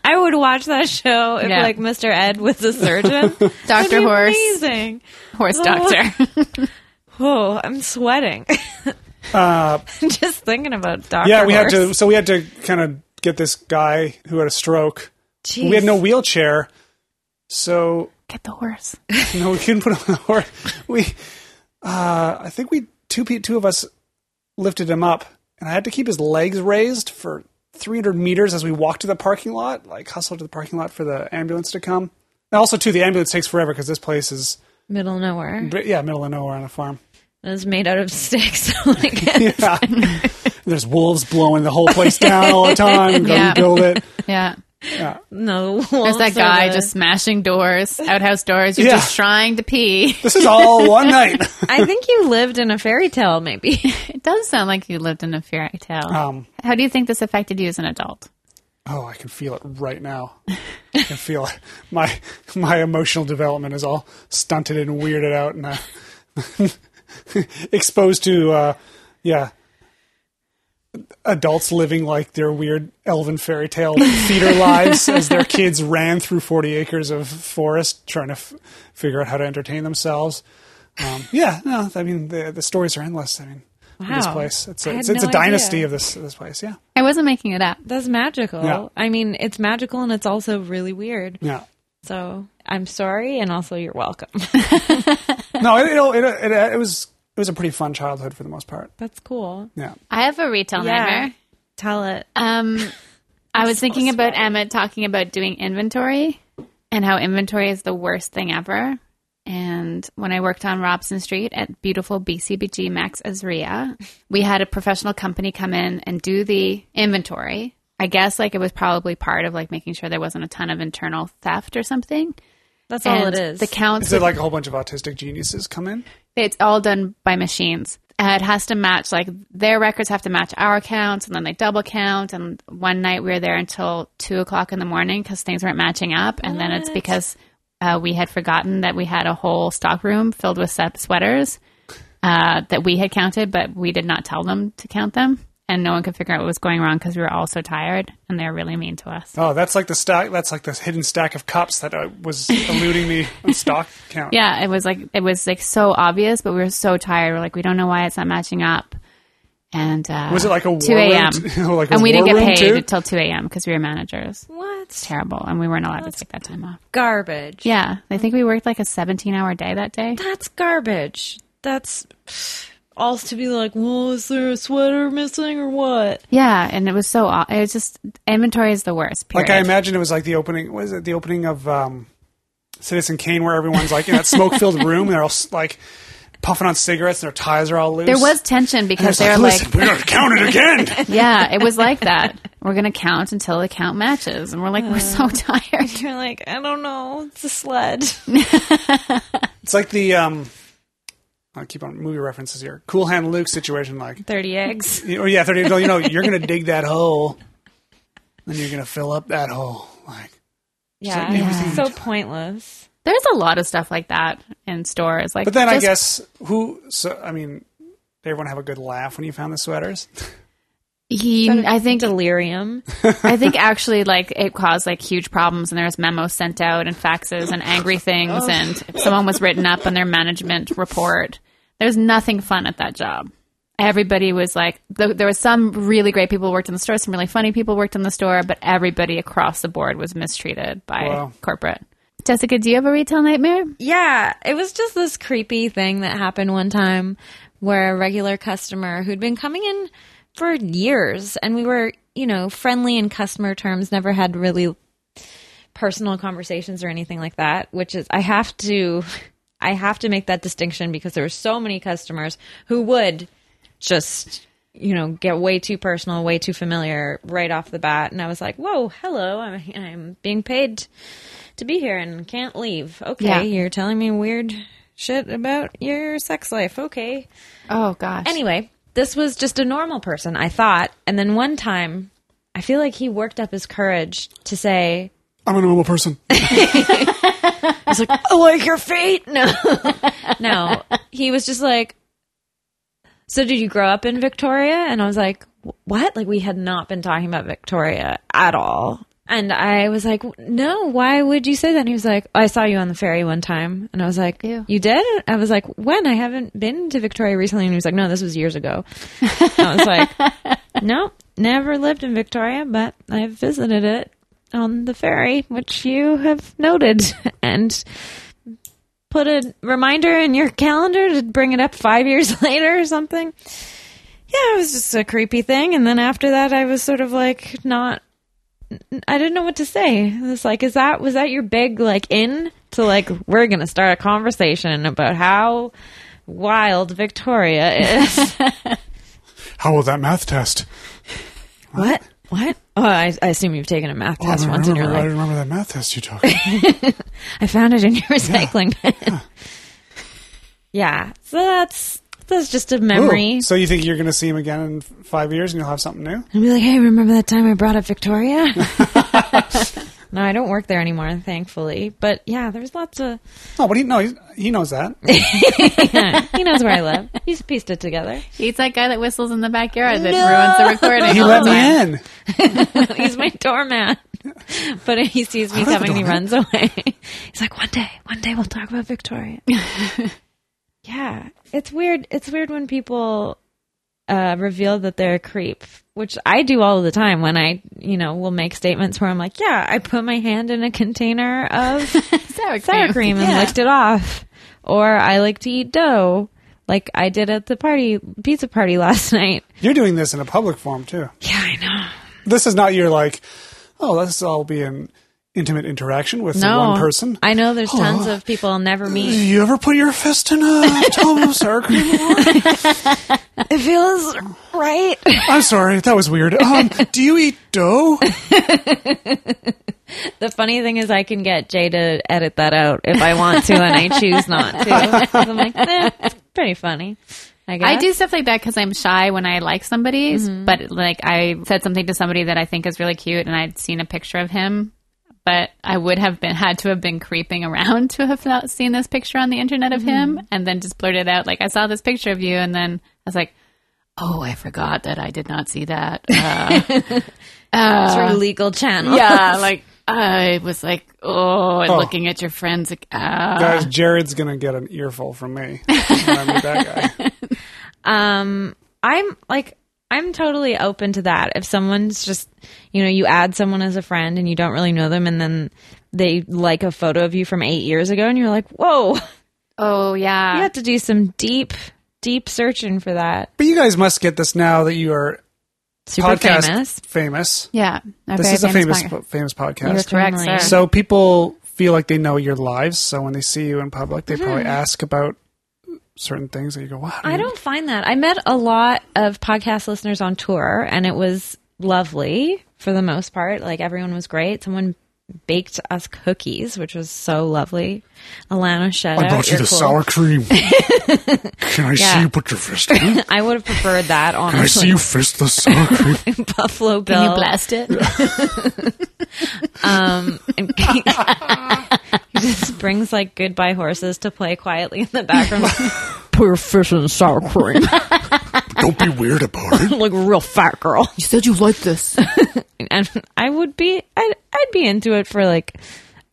S1: I would watch that show if
S2: Yeah.
S1: like Mr. Ed was a surgeon. That'd
S2: Doctor
S1: be
S2: Horse.
S1: Amazing.
S2: Horse
S1: Oh.
S2: doctor.
S1: Oh, I'm sweating. Just thinking about Doctor.
S3: Uh, Yeah, we had to. So we had to kind of get this guy who had a stroke. We had no wheelchair, so
S2: Get the horse.
S3: no, we couldn't put him on the horse. We, uh, I think we two pe- two of us lifted him up, and I had to keep his legs raised for 300 meters as we walked to the parking lot, like hustled to the parking lot for the ambulance to come. And also, too, the ambulance takes forever because this place is,
S1: middle of nowhere.
S3: but yeah, middle of nowhere on a farm.
S1: It was made out of sticks. like,
S3: Yeah, there's wolves blowing the whole place down all the time. Go
S2: Yeah.
S3: rebuild it.
S2: Yeah.
S1: no,
S2: There's that guy just smashing doors, outhouse doors. You're
S3: Yeah.
S2: just trying to pee.
S3: This is all one night.
S1: I think you lived in a fairy tale, maybe.
S2: It does sound like you lived in a fairy tale.
S3: Um,
S2: How do you think this affected you as an adult?
S3: Oh, I can feel it right now. I can feel it. My my emotional development is all stunted and weirded out and uh, exposed to uh, yeah adults living like their weird elven fairy tale theater lives as their kids ran through 40 acres of forest trying to f- figure out how to entertain themselves um, yeah no i mean the, the stories are endless i mean of this
S1: Wow.
S3: place it's
S1: I
S3: a,
S1: had
S3: it's, it's
S1: no
S3: a dynasty
S1: idea.
S3: of this this place yeah
S2: I wasn't making it up.
S1: That's magical.
S3: Yeah.
S1: I mean, it's magical and it's also really weird.
S3: yeah
S1: So I'm sorry, and also you're welcome.
S3: no, it, it, it, it, it was it was a pretty fun childhood for the most part.
S1: That's cool.
S3: Yeah.
S2: I have a retail
S1: Yeah.
S2: nightmare.
S1: Tell it.
S2: Um, I was thinking about Emmett talking about doing inventory and how inventory is the worst thing ever. And And when I worked on Robson Street at beautiful BCBG Max Azria, we had a professional company come in and do the inventory. I guess like it was probably part of like making sure there wasn't a ton of internal theft or something.
S1: That's all
S2: And
S1: it is.
S2: The counts
S3: Is it like a whole bunch of autistic geniuses come in?
S2: it's all done by machines. Uh, it has to match, like, their records have to match our counts, and then they double count. And one night we were there until two o'clock in the morning because things weren't matching up. And then it's because uh, we had forgotten that we had a whole stock room filled with se- sweaters uh, that we had counted, but we did not tell them to count them. And no one could figure out what was going wrong because we were all so tired, and they were really mean to us.
S3: Oh, that's like the stack. That's like the hidden stack of cups that uh, was eluding me on stock count.
S2: Yeah, it was like it was like so obvious, but we were so tired. We're like, we don't know why it's not matching up. And uh,
S3: Was it like a war
S2: two a.m.
S3: room t- like a
S2: and we didn't
S3: war
S2: get
S3: room
S2: paid
S3: too?
S2: until two a.m. because we were managers.
S1: what
S2: Terrible, and we weren't allowed to take that time off.
S1: garbage?
S2: Yeah, I think we worked like a seventeen-hour day that day.
S1: that's garbage. That's all to be like, well, is there a sweater missing or what?
S2: Yeah, and it was so. aw- It was just inventory is the worst. Period.
S3: Like I imagine it was like the opening. Was it the opening of um, Citizen Kane, where everyone's like in that smoke-filled room, and they're all s- like puffing on cigarettes, and their ties are all loose.
S2: there was tension because
S3: It's
S2: they
S3: like,
S2: were like,
S3: "Listen, we're gonna count it again.
S2: yeah, it was like that. We're gonna count until the count matches, and we're like, we're so tired.
S1: You're like, I don't know. It's a sled.
S3: it's like the um, I keep on movie references here. Cool Hand Luke situation, like
S1: 30 eggs.
S3: oh yeah, thirty. You know, you're gonna dig that hole, and you're gonna fill up that hole. Like
S1: Yeah.
S3: like
S1: it's So pointless.
S2: There's a lot of stuff like that in stores. Like,
S3: But then I
S2: just-
S3: guess who? So I mean, did everyone have a good laugh when you found the sweaters?
S2: he, I think,
S1: Delirium.
S2: I think actually, like, it caused like huge problems, and there was memos sent out and faxes and angry things,
S3: Oh.
S2: and someone was written up on their management report. There was nothing fun at that job. Everybody was like, th- there was some really great people who worked in the store, some really funny people worked in the store, but everybody across the board was mistreated by
S3: Wow.
S2: corporate. Jessica, do you have a retail nightmare?
S1: Yeah, it was just this creepy thing that happened one time where a regular customer who'd been coming in for years and we were, you know, friendly in customer terms, never had really personal conversations or anything like that, which is I have to I have to make that distinction because there were so many customers who would just you know get way too personal, way too familiar right off the bat and I was like, "Whoa, hello. I'm I'm being paid to be here and can't leave. Okay,
S2: Yeah.
S1: you're telling me weird shit about your sex life. Okay."
S2: Oh gosh.
S1: Anyway, this was just a normal person, I thought. And then one time, I feel like he worked up his courage to say,
S3: I'm a normal person.
S1: It's like, I like your feet. No, no. He was just like, so did you grow up in Victoria? And I was like, "Wh- what? Like we had not been talking about Victoria at all. And I was like, no, why would you say that? And he was like, I saw you on the ferry one time. And I was like,
S2: Ew.
S1: you did? I was like, when? I haven't been to Victoria recently. And he was like, no, this was years ago. And I was like, no, never lived in Victoria, but I've visited it on the ferry, which you have noted. And put a reminder in your calendar to bring it up five years later or something. Yeah, it was just a creepy thing. And then after that, I was sort of like, not, I didn't know what to say. It was like, is that, was that your big, like, in to like, we're going to start a conversation about how wild Victoria is?
S3: How will that math test?
S1: what? What? Oh, I, I assume you've taken a math
S3: Oh, I
S1: test once in your life.
S3: remember that math test you took. I
S1: I found it in your recycling bin. Yeah. So that's that's just a memory.
S3: So you think you're going to see him again in f- five years and you'll have something new?
S1: And be like, hey, remember that time I brought up Victoria? no, I don't work there anymore, thankfully. But yeah, there's lots of.
S3: No, but he no, he's, he knows that.
S1: He knows where I live. He's pieced it together.
S2: He's that guy that whistles in the backyard that ruins the recording.
S3: He
S2: all
S3: let
S2: the time.
S3: me in.
S1: He's my doormat. But he sees me
S3: I don't have a
S1: coming, he
S3: doormat.
S1: runs away. He's like, one day, one day we'll talk about Victoria. yeah, it's weird. It's weird when people uh, reveal that they're a creep, which I do all the time when I, you know, will make statements where I'm like, yeah, I put my hand in a container of
S2: Sour cream.
S1: sour cream and
S2: Yeah.
S1: licked it off. Or I like to eat dough, like I did at the party pizza party last night.
S3: You're doing this in a public forum too.
S1: Yeah, I know.
S3: This is not your like. Oh, this will be in intimate interaction with
S1: No
S3: one person.
S1: I know there's
S3: Oh.
S1: tons of people I'll never
S3: Do
S1: meet.
S3: you ever put your fist in a tub of sour cream?
S1: It feels right.
S3: I'm sorry, that was weird. Um, do you eat dough?
S1: The funny thing is, I can get Jay to edit that out if I want to, and I choose not to. I'm like, eh, it's pretty funny. I guess.
S2: I do stuff like that because I'm shy when I like somebody's.
S3: Mm-hmm.
S2: But like I said something to somebody that I think is really cute, and I'd seen a picture of him. But I would have been had to have been creeping around to have not seen this picture on the internet of him,
S3: Mm-hmm.
S2: and then just blurted out like I saw this picture of you, and then I was like, oh, I forgot that I did not see that. Uh,
S1: through legal channels.
S2: yeah, like I was like, oh, and looking at your friends. like, Uh,
S3: Guys, Jared's gonna get an earful from me. When I meet that guy.
S1: um i'm like i'm totally open to that if someone's just you know you add someone as a friend and you don't really know them and then they like a photo of you from eight years ago and you're like whoa you
S2: oh yeah,
S1: have to do some deep deep searching for that
S3: But you guys must get this now that you are
S1: super
S3: podcast
S1: famous
S3: famous.
S2: yeah. A
S3: This
S2: very
S3: is a famous
S2: blogger.
S3: po- famous
S2: You're
S3: podcast.
S2: correct,
S1: Definitely.
S2: sir.
S3: So people feel like they know your lives. So when they see you in public, they probably ask about certain things that you go, "Wow, do
S1: i
S3: you-
S1: don't find that i met a lot of podcast listeners on tour and it was lovely for the most part like everyone was great someone baked us cookies which was so lovely alana shout
S3: I
S1: out,
S3: brought you
S1: you're
S3: the
S1: cool.
S3: sour cream. Can I see
S1: Yeah.
S3: you put your fist in? Can
S1: I would have preferred that,
S3: I see
S1: honestly.
S3: you fist the sour cream?
S1: Buffalo Bill.
S2: Can you blast it?
S1: Um, and he just brings like goodbye horses to play quietly in the background. Put your fish in sour cream,
S3: Don't be weird about it.
S1: like a real fat girl.
S2: You said you liked this.
S1: And I would be, I'd, I'd be into it for like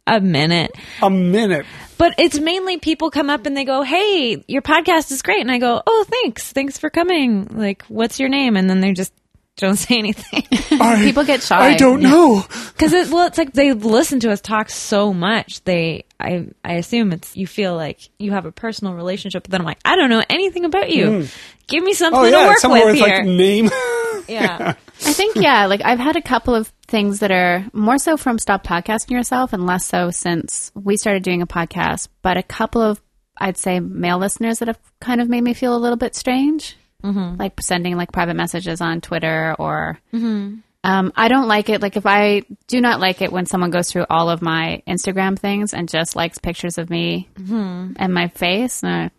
S1: a minute.
S3: A minute.
S1: But it's mainly people come up and they go, "Hey, your podcast is great," and I go, "Oh, thanks, thanks for coming." Like, what's your name? And then they just don't say anything.
S3: I,
S2: People get shy.
S3: I don't know.
S1: Because it, well, it's like they listen to us talk so much. They, I, I assume it's you feel like you have a personal relationship. But then I'm like, I don't know anything about you.
S2: Mm.
S1: Give me something
S3: Oh
S1: to
S3: yeah,
S1: work
S3: it's somewhere
S1: with
S3: with
S1: here.
S3: like name.
S1: yeah,
S2: I think yeah, like I've had a couple of things that are more so from stop podcasting yourself and less so since we started doing a podcast, but a couple of I'd say male listeners that have kind of made me feel a little bit strange. Mm-hmm. Like sending like private messages on Twitter or
S1: Mm-hmm.
S2: um, I don't like it. Like if I do not like it when someone goes through all of my Instagram things and just likes pictures of me
S1: Mm-hmm.
S2: and my face, and I,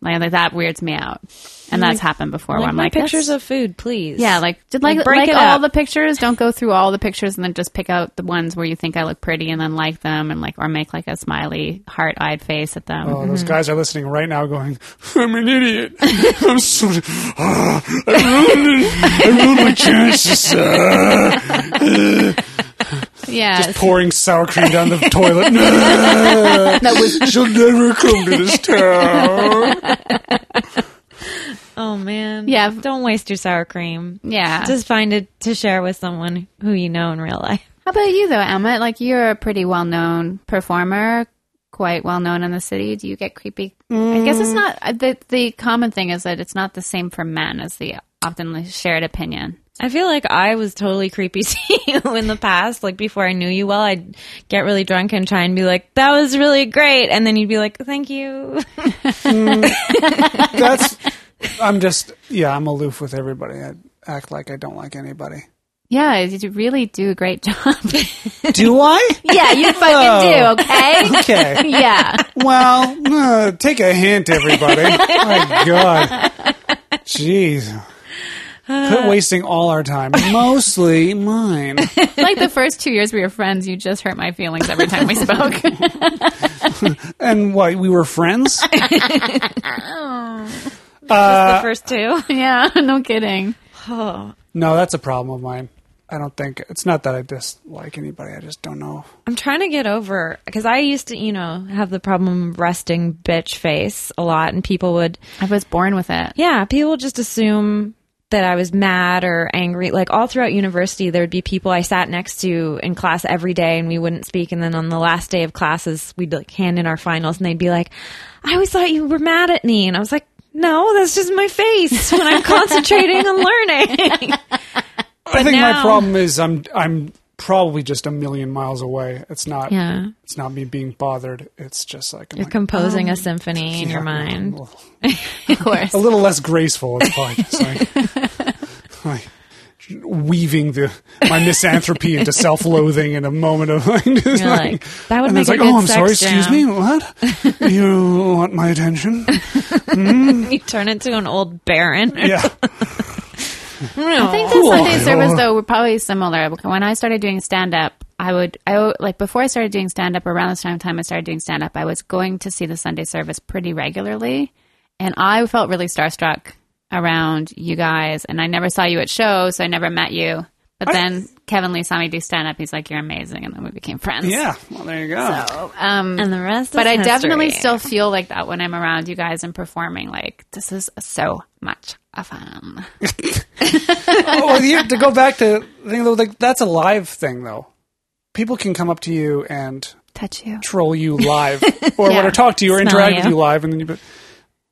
S2: like, like that weirds me out. And that's happened before. where
S1: like
S2: I'm
S1: my
S2: Oh, like this-
S1: pictures of food, please.
S2: yeah, like did like
S1: Like,
S2: like,
S1: break it
S2: all
S1: up.
S2: the pictures. Don't go through all the pictures and then just pick out the ones where you think I look pretty and then like them and like or make like a smiley heart eyed face at them.
S3: Oh, those guys are listening right now, going, "I'm an idiot. I'm so ah, I ruined it. I ruined my chances." Ah.
S2: Yeah,
S3: Just pouring sour cream down the toilet. that was she'll never come to this town.
S1: Oh man.
S2: Yeah.
S1: Don't waste your sour cream.
S2: yeah.
S1: Just find it to share with someone who you know in real life.
S2: How about you though, Emma? Like you're a pretty well known performer, quite well known in the city. Do you get creepy? I guess it's not uh, the the common thing is that it's not the same for men as the often shared opinion.
S1: I feel like I was totally creepy to you in the past. Like before I knew you well, I'd get really drunk and try and be like, "That was really great," and then you'd be like, "Thank you."
S3: That's. I'm just. Yeah, I'm aloof with everybody. I act like I don't like anybody.
S2: Yeah, you really do a great job.
S3: Do I?
S2: yeah, you fucking do. Okay.
S3: Okay.
S2: Yeah.
S3: Well, uh, take a hint, everybody. My God. Jeez. Quit wasting all our time, mostly mine.
S2: like the first two years we were friends, you just hurt my feelings every time we spoke.
S3: And what? We were friends? Uh,
S2: Uh,
S1: the first two.
S2: yeah, no kidding.
S1: Oh,
S3: No, that's a problem of mine. I don't think it's not that I dislike anybody. I just don't know.
S1: I'm trying to get over because I used to, you know, have the problem of resting bitch face a lot, and people would,
S2: I was born with it.
S1: yeah, people just assume that I was mad or angry. Like all throughout university, there would be people I sat next to in class every day, and we wouldn't speak. And then on the last day of classes, we'd like hand in our finals, and they'd be like, "I always thought you were mad at me," and I was like. No, that's just my face when I'm concentrating on learning.
S3: I think my
S1: now-
S3: problem is I'm I'm probably just a million miles away. It's not.
S1: Yeah.
S3: It's not me being bothered. It's just like I'm
S1: You're
S3: like,
S1: composing a symphony in
S3: yeah,
S1: your
S3: I'm
S1: mind.
S3: A little,
S2: of course.
S3: a little less graceful. It's like, it's like, like weaving the my misanthropy into self loathing in a moment of like, just
S1: You're like, that would
S3: and
S1: make
S3: it's
S1: a
S3: like,
S1: good
S3: oh, I'm
S1: sex
S3: sorry.
S1: jam.
S3: Excuse me. What? you want my attention?
S1: You turn into an old baron.
S3: Yeah.
S2: I think the
S3: Cool.
S2: Sunday service
S3: Yeah.
S2: though were probably similar. When I started doing stand up, I would I would- like before I started doing stand up around the same time I started doing stand up, I was going to see the Sunday service pretty regularly, and I felt really starstruck around you guys. And I never saw you at shows, so I never met you. But then Kevin Lee saw me do stand up. He's like, "You're amazing," and then we became friends.
S3: Yeah. Well, there you go.
S2: Um,
S1: and the rest.
S2: but
S1: is
S2: I definitely
S1: history.
S2: still feel like that when I'm around you guys and performing. Like this is so much fun.
S3: oh, well, you, to go back to the thing though, like that's a live thing though. People can come up to you and
S2: Touch you.
S3: troll you live, or
S2: Yeah.
S3: want to talk to you or
S1: Smell
S3: interact
S1: you.
S3: with you live, and then you. But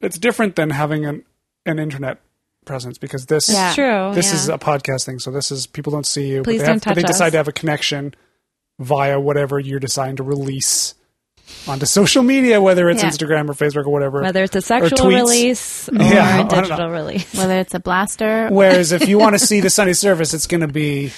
S3: it's different than having an an internet presence because this
S2: Yeah.
S1: true.
S3: this
S1: yeah.
S3: is a podcast thing. So this is people don't see you,
S1: Please
S3: but they,
S1: don't
S3: have, but they
S1: touch us.
S3: decide to have a connection via whatever you're deciding to release onto social media, whether it's
S2: Yeah.
S3: Instagram or Facebook or whatever.
S1: whether it's a sexual
S3: tweets.
S1: release or
S3: Yeah, I
S1: a
S3: don't
S1: digital
S3: know.
S1: release.
S2: Whether it's a blaster
S3: Whereas if you want to see the Sunday service, it's going to be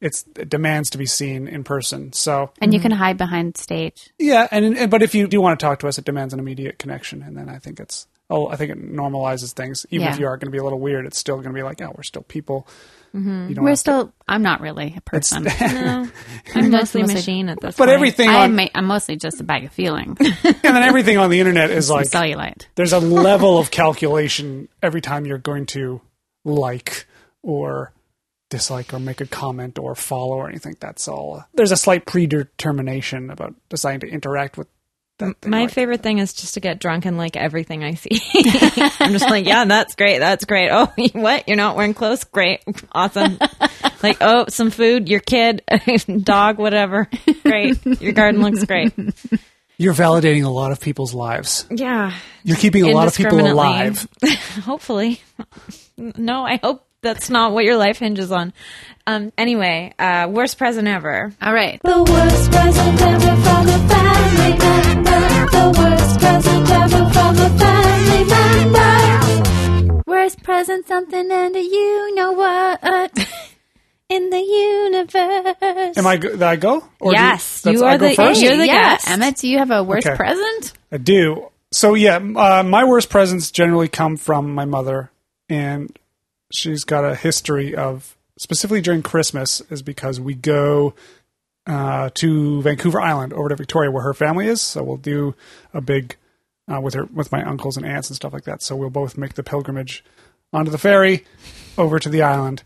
S3: it's it demands to be seen in person. So
S2: And you can hide behind stage.
S3: yeah, and, and but if you do want to talk to us, it demands an immediate connection, and then I think it's oh, I think it normalizes things. Even if
S2: Yeah.
S3: you are going to be a little weird, it's still going to be like oh, we're still people. You don't
S2: We're
S3: have to-
S2: still. I'm not really a person.
S1: No, I'm mostly a
S2: Mostly-
S1: machine at this
S3: but
S1: point.
S3: everything
S2: I'm,
S3: on
S2: ma- I'm mostly just a bag of feeling,
S3: and then everything on the internet is like
S2: cellulite.
S3: there's a level of calculation every time you're going to like or dislike or make a comment or follow or anything. That's all. There's a slight predetermination about deciding to interact with that thing.
S1: My
S3: like,
S1: favorite thing is just to get drunk and like everything I see. I'm just like, yeah, that's great. That's great. Oh, what? You're not wearing clothes? Great. Awesome. like, oh, some food, your kid, dog, whatever. Great. Your garden looks great.
S3: you're validating a lot of people's lives.
S1: Yeah.
S3: You're keeping a lot of people
S1: Indiscriminately.
S3: alive.
S1: Hopefully. No, I hope that's not what your life hinges on. Um, anyway, uh, worst present ever.
S2: All right.
S4: The worst present ever from a family member. The worst present ever from a family member. Worst present, something, and a you know what in the universe.
S3: Am I? go- Did I go? Or do
S1: Yes,
S3: that's-
S1: you
S3: I
S1: are
S3: go
S1: the-
S3: first?
S1: You're the
S2: yeah,
S1: guest.
S2: Emmett. Do you have a worst
S3: Okay.
S2: present?
S3: I do. So yeah, m- uh, my worst presents generally come from my mother, and she's got a history of specifically during Christmas is because we go uh, to Vancouver Island over to Victoria where her family is. So we'll do a big uh, with her with my uncles and aunts and stuff like that. So we'll both make the pilgrimage onto the ferry over to the island,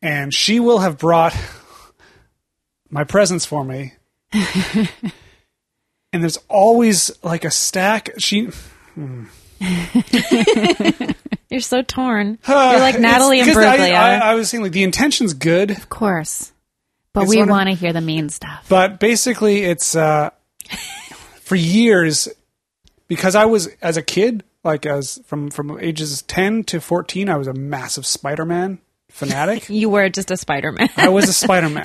S3: and she will have brought my presents for me and there's always like a stack. She
S1: You're so torn. You're like Natalie and
S3: It's- 'cause
S1: Berkeley.
S3: I, I, I was saying like the intention's good,
S2: Of course. But
S3: It's
S2: we
S3: one of-
S2: want to hear the mean stuff.
S3: but basically it's uh, for years because I was as a kid, like as from from ages ten to fourteen, I was a massive Spider-Man fanatic.
S1: you were just a Spider Man.
S3: I was a Spider Man.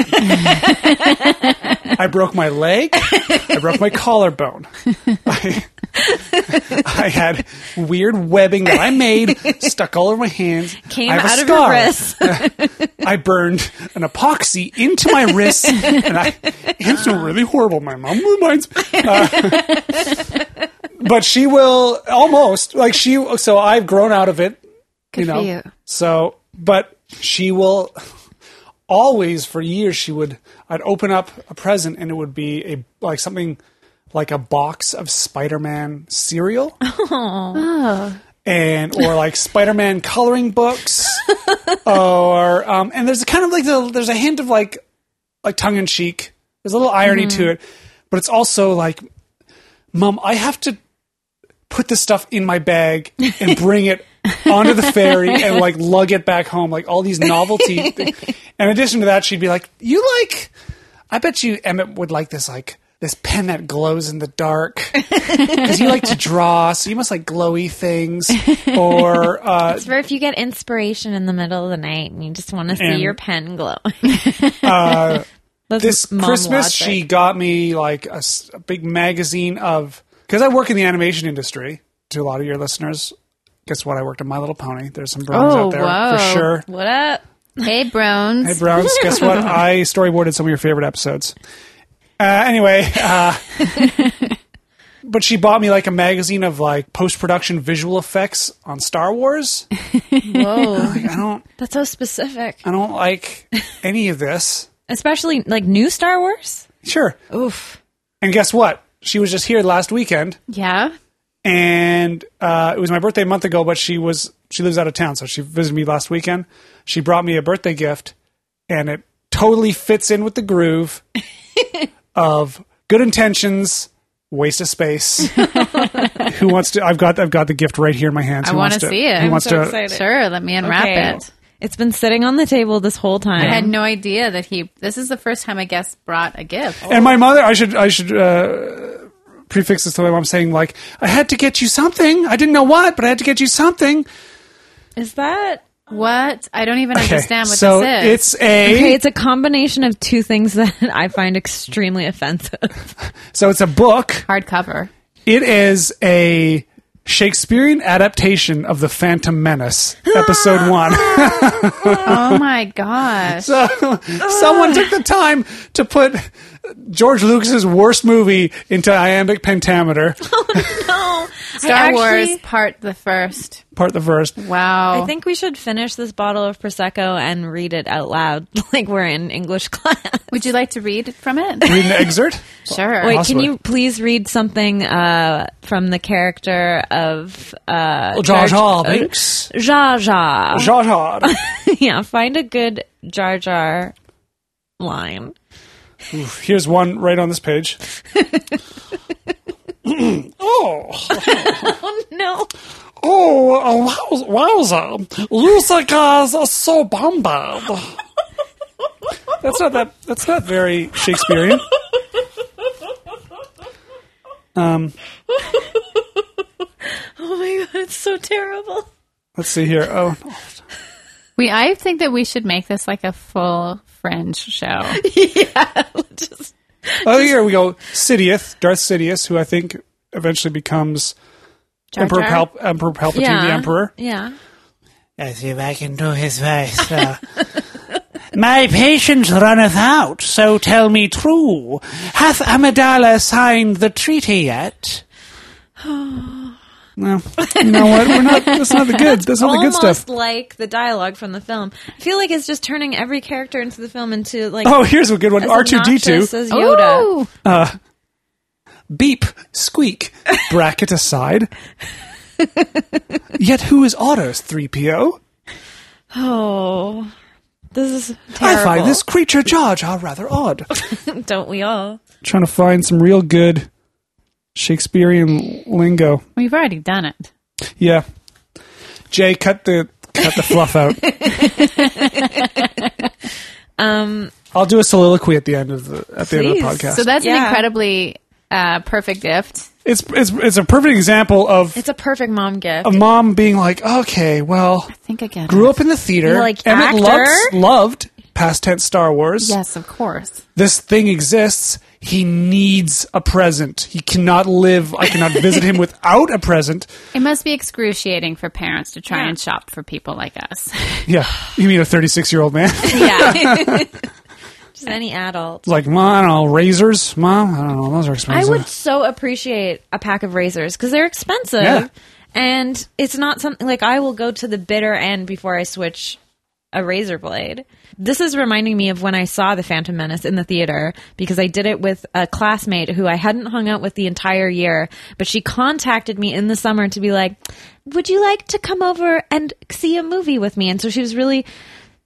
S3: I broke my leg. I broke my collarbone. I, I had weird webbing that I made stuck all over my hands.
S1: Came
S3: I have a
S1: out of your
S3: scar.
S1: wrist.
S3: I burned an epoxy into my wrist, and I it's really horrible. My mom reminds. Uh, but she will almost like she. So I've grown out of it. you
S2: Good for
S3: know.
S2: you.
S3: So, but she will always for years. She would. I'd open up a present, and it would be a like something like a box of Spider-Man cereal
S2: Oh,
S3: and or like Spider-Man coloring books, or um, and there's kind of like the, there's a hint of like like tongue in cheek. There's a little irony to it, but it's also like, Mom, I have to put this stuff in my bag and bring it onto the ferry and like lug it back home. Like all these novelty. thi- in addition to that, she'd be like, "You like? I bet you Emmett would like this like." this pen that glows in the dark because you like to draw, so you must like glowy things or uh,
S1: It's for if you get inspiration in the middle of the night and you just want to see
S3: And-
S1: your pen glow.
S3: uh,
S1: That's
S3: this
S1: mom
S3: Christmas
S1: logic.
S3: she got me like a, s- a big magazine of because I work in the animation industry. To a lot of your listeners, guess what? I worked on My Little Pony. There's some browns
S2: Oh,
S3: out there for sure.
S1: What up?
S2: Hey, Browns.
S3: Hey Browns, guess what? I storyboarded some of your favorite episodes. Uh, anyway, uh, but she bought me like a magazine of like post production visual effects on Star Wars.
S1: Whoa.
S3: Like, I don't,
S1: That's so specific.
S3: I don't like any of this.
S1: Especially like new Star Wars?
S3: Sure.
S1: Oof.
S3: And guess what? She was just here last weekend,
S2: yeah.
S3: and uh, it was my birthday a month ago. But she was she lives out of town, so she visited me last weekend. She brought me a birthday gift, and it totally fits in with the groove of good intentions, waste of space. Who wants to? I've got I've got the gift right here in my hands.
S2: I
S3: Who
S2: wanna
S3: wants
S2: see it.
S3: Who
S2: I'm
S3: wants
S1: so
S3: to?
S1: excited.
S2: Sure. Let me unwrap
S1: Okay.
S2: it.
S1: It's been sitting on the table this whole time.
S2: I had no idea that he. This is the first time I guess brought a gift.
S3: And my mother, I should I should uh, prefix this to my mom saying like I had to get you something. I didn't know what, but I had to get you something.
S1: Is that
S2: What? I don't even understand what
S3: so
S2: this is.
S3: it's a
S1: Okay, it's a combination of two things that I find extremely offensive.
S3: so it's a book.
S2: hardcover.
S3: It is a Shakespearean adaptation of the Phantom Menace, episode one.
S2: Oh my gosh.
S3: so someone took the time to put George Lucas's worst movie into iambic pentameter.
S1: no.
S2: Star Wars part the first.
S3: Part the verse.
S2: Wow.
S1: I think we should finish this bottle of prosecco and read it out loud, like we're in English class.
S2: Would you like to read from it?
S3: Read an excerpt.
S2: sure.
S1: Wait,
S3: Possibly.
S1: can you please read something uh, from the character of uh,
S3: Jar Jar
S1: Jar-
S3: Binks.
S1: Jar Jar?
S3: Jar Jar.
S1: yeah, find a good Jar Jar line.
S3: Here's one right on this page. oh.
S1: Oh no!
S3: Oh, a wows- wowza. Lucica's so bombard. That's not that. That's not very Shakespearean. Um,
S1: Oh my god, it's so terrible.
S3: let's see here. Oh, no.
S2: We. I think that we should make this like a full French show.
S3: oh, here we go. Sidious, Darth Sidious, who I think eventually becomes
S2: Jar
S3: Emperor,
S2: Jar?
S3: Pal- Emperor Palpatine,
S1: Yeah,
S3: the Emperor.
S1: Yeah.
S5: Let's see if I can do his voice. uh. My patience runneth out, so tell me true. Hath Amidala signed the treaty yet?
S3: No, you know what? We're not. That's not the good. That's not Oh, the good
S1: Almost
S3: stuff.
S1: like the dialogue from the film. I feel like it's just turning every character into the film into like
S3: Oh, here's a good one.
S1: as
S3: R two Oh. D two.
S1: obnoxious as Yoda.
S2: Ooh.
S3: beep, squeak, bracket aside. Yet who is Otto's 3PO?
S1: Oh, this is terrible.
S3: I find this creature Jar Jar rather odd.
S1: Don't we all?
S3: Trying to find some real good Shakespearean lingo.
S2: We've already done it.
S3: Yeah. Jay, cut the cut the fluff out.
S1: Um,
S3: I'll do a soliloquy at the end of the at the end
S1: Please.
S3: of the podcast.
S2: So that's an
S1: Yeah.
S2: incredibly uh, perfect gift.
S3: it's it's it's a perfect example of
S1: it's a perfect mom gift.
S3: a mom being like, okay, well,
S2: Think again.
S3: grew up in the theater.
S1: You're like, actor?
S3: Emmett loved, loved past tense Star Wars.
S2: Yes, of course.
S3: this thing exists. He needs a present. He cannot live. I cannot visit him without a present.
S2: It must be excruciating for parents to try
S1: Yeah.
S2: and shop for people like us.
S3: Yeah, you mean a 36 year old man?
S2: yeah.
S1: Just any adult.
S3: like, mom, I don't know, razors, mom. I don't know, those are
S1: I
S3: expensive.
S1: would so appreciate a pack of razors because they're expensive,
S3: Yeah.
S1: and it's not something like I will go to the bitter end before I switch a razor blade. This is reminding me of when I saw The Phantom Menace in the theater because I did it with a classmate who I hadn't hung out with the entire year, but she contacted me in the summer to be like, "Would you like to come over and see a movie with me?" And so she was really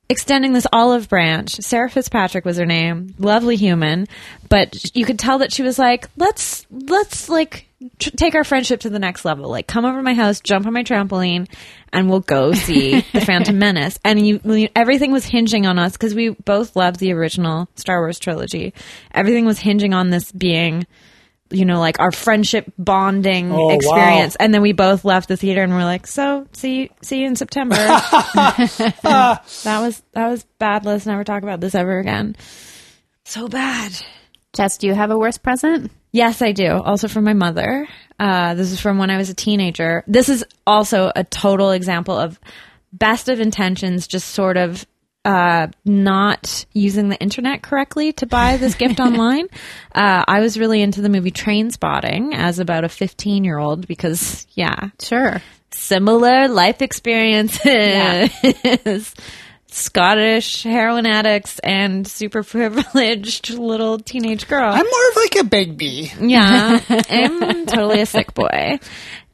S1: extending this olive branch. Sarah Fitzpatrick was her name, lovely human, but sh- you could tell that she was like, let's let's like tr- take our friendship to the next level. Like, come over to my house, jump on my trampoline, and we'll go see the Phantom Menace. And you, when you- everything was hinging on us because we both loved the original Star Wars trilogy. Everything was hinging on this being. You know, like our friendship bonding
S5: wow.
S1: experience, and then we both left the theater and we're like, "So, see, see you in September." That was that was bad. Let's never talk about this ever again. So bad.
S2: Jess, do you have a worse present?
S1: Yes, I do. Also from my mother. Uh, this is from when I was a teenager. This is also a total example of best of intentions, just sort of uh, not using the internet correctly to buy this gift online. Uh, I was really into the movie Train Spotting as about a 15 year old because, yeah,
S2: Sure.
S1: similar life experiences. Scottish heroin addicts and super privileged little teenage girl.
S5: I'm more of like a baby.
S1: yeah, I'm totally a sick boy.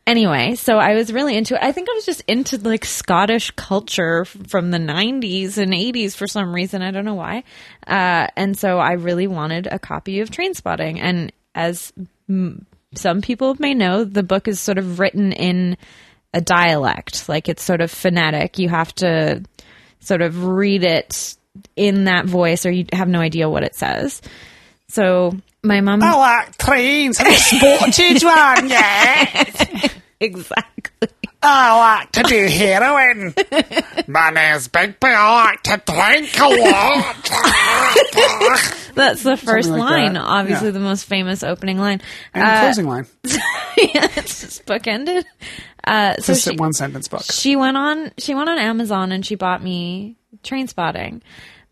S1: Anyway, so I was really into it. I think I was just into like Scottish culture f- from the 90s and 80s for some reason. I don't know why. Uh, and so I really wanted a copy of Train Spotting. And as m- some people may know, the book is sort of written in a dialect, like it's sort of phonetic. You have to sort of read it in that voice, or you have no idea what it says. So my mom.
S5: I like trains. I'm a sportage one, yeah.
S1: Exactly.
S5: I like to do heroin. My name's Big B. I like to drink a
S1: Uh,
S5: lot.
S1: That's the first
S3: like
S1: line,
S3: that.
S1: obviously
S3: Yeah.
S1: the most famous opening line.
S3: And the closing line. It's
S1: yeah, it's just bookended. Uh, so
S3: just
S1: she,
S3: a one sentence book.
S1: she went on she went on Amazon and she bought me Train Spotting,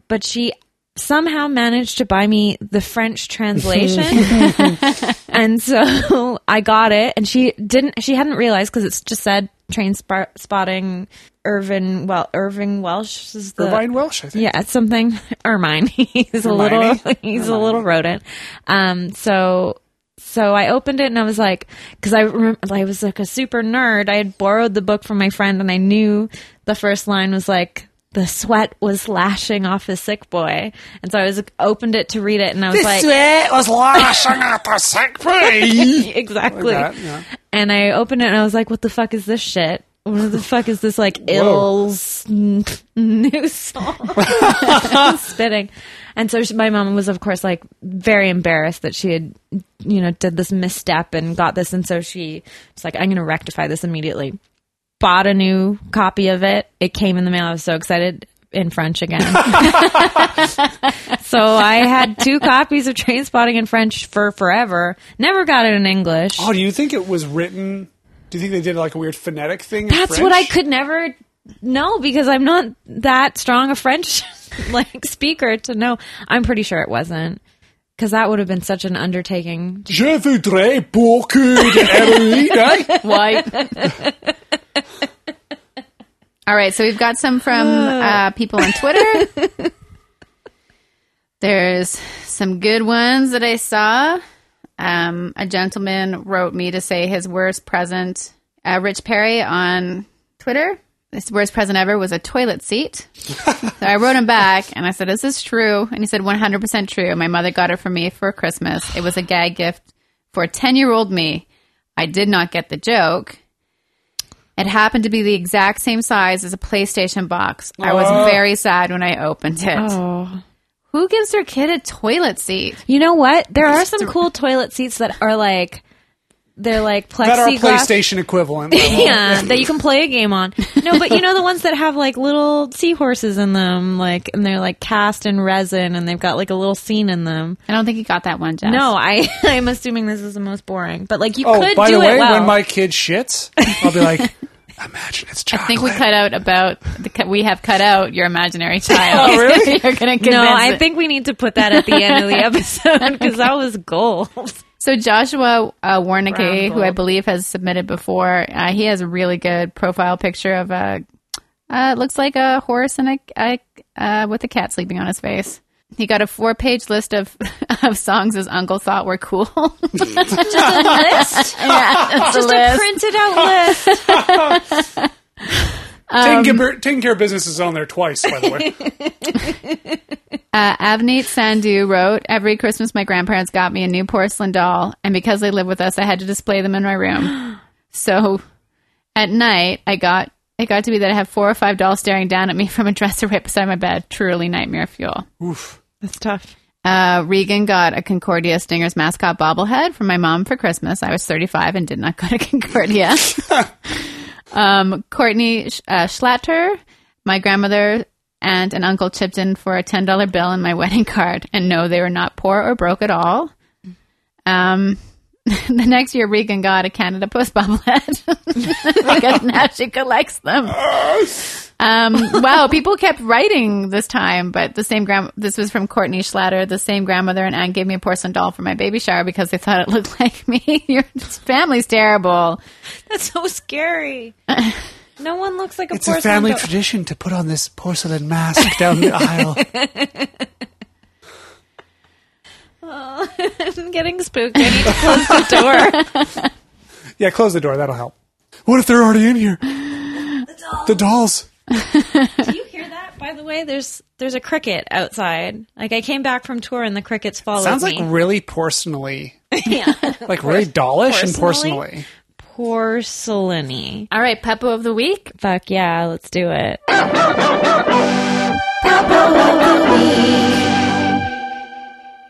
S1: but she somehow managed to buy me the French translation, and so I got it. And she didn't she hadn't realized because it's just said Train Spar- Spotting Irvin well Irving Welsh is the
S3: Irvine Welsh, I think.
S1: Yeah, it's something Ermine. He's a little
S3: Hermione?
S1: he's a little rodent. Um so so I opened it and I was like cuz I rem- I was like a super nerd. I had borrowed the book from my friend and I knew the first line was like the sweat was lashing off his sick boy. And so I was like, opened it to read it and I was like
S5: sweat was lashing at the sick bee.
S1: exactly.
S3: Like that, yeah.
S1: And I opened it and I was like, what the fuck is this shit? What the fuck is this like ills n- new song spitting? And so she, my mom was, of course, like very embarrassed that she had, you know, did this misstep and got this. And so she was like, I'm going to rectify this immediately. Bought a new copy of it. It came in the mail. I was so excited in French again. So I had two copies of Train Spotting in French for forever. Never got it in English.
S3: Oh, do you think it was written? Do you think they did like a weird phonetic thing? in
S1: That's what I
S3: French?
S1: could never know because I'm not that strong a French like speaker to know. I'm pretty sure it wasn't because that would have been such an undertaking.
S3: Je voudrais beaucoup de heroin, right?
S2: Wipe. All right, so we've got some from uh, people on Twitter. There's some good ones that I saw. Um, a gentleman wrote me to say his worst present, uh, Rich Perry on Twitter. His worst present ever was a toilet seat. So I wrote him back and I said, Is this true? And he said, 100% true. My mother got it for me for Christmas. It was a gag gift for 10 year old me. I did not get the joke. It happened to be the exact same size as a PlayStation box. I was very sad when I opened it.
S1: Oh,
S2: Who gives their kid a toilet seat?
S1: you know what? There are some cool toilet seats that are like they're like
S3: That our
S1: plexiglass.
S3: PlayStation equivalent. level.
S1: Yeah, that you can play a game on. No, but you know the ones that have like little seahorses in them, like and they're like cast in resin, and they've got like a little scene in them.
S2: I don't think he got that one, Jess.
S1: No, I I'm assuming this is the most boring, but like you
S3: Oh,
S1: could
S3: by
S1: do
S3: the way,
S1: it well.
S3: when my kid shits, I'll be like, imagine it's chocolate.
S2: I think we cut out about the cut, we have cut out your imaginary child.
S3: Oh, really?
S2: You're going to
S1: no, I think we need to put that at the end of the episode because that was gold.
S2: So Joshua uh, Warnicke,
S1: Brown
S2: who I
S1: gold.
S2: believe has submitted before, uh, he has a really good profile picture of a. Uh, it looks like a horse and a, a uh, with a cat sleeping on his face. He got a four-page list of of songs his uncle thought were cool.
S1: Just a list,
S2: yeah,
S1: just a printed out list.
S5: um,
S3: taking, care, taking care of business is on there twice, by the way.
S2: Uh, Avneet Sandhu wrote, Every Christmas, my grandparents got me a new porcelain doll, and because they live with us, I had to display them in my room. so at night, I got it got to be that I have four or five dolls staring down at me from a dresser right beside my bed. Truly nightmare fuel.
S3: Oof.
S1: That's tough.
S2: Uh, Regan got a Concordia Stingers mascot bobblehead from my mom for Christmas. I was 35 and did not go to Concordia. um, Courtney Sch- uh, Schlatter, my grandmother and an uncle chipped in for a $10 bill and my wedding card. And no, they were not poor or broke at all. Um, the next year, Regan got a Canada Post bobblehead because now she collects them. Um, wow, people kept writing this time, but the same grand. This was from Courtney Schlatter. The same grandmother and aunt gave me a porcelain doll for my baby shower because they thought it looked like me. Your family's terrible.
S1: That's so scary. No one looks like a
S5: It's a
S1: porcelain
S5: family
S1: doll.
S5: tradition to put on this porcelain mask down the aisle.
S1: I'm getting spooked. I need to close the door.
S3: Yeah, close the door. That'll help. What if they're already in here? The dolls.
S1: Do you hear that? By the way, there's there's a cricket outside. Like I came back from tour and the crickets followed
S3: Sounds
S1: me.
S3: like really porcelain
S1: yeah.
S3: Like really dollish and
S1: Porcelain-y?
S3: porcelain
S1: porcelainy.
S2: All right, Peppo of the week.
S1: Fuck yeah, let's do it.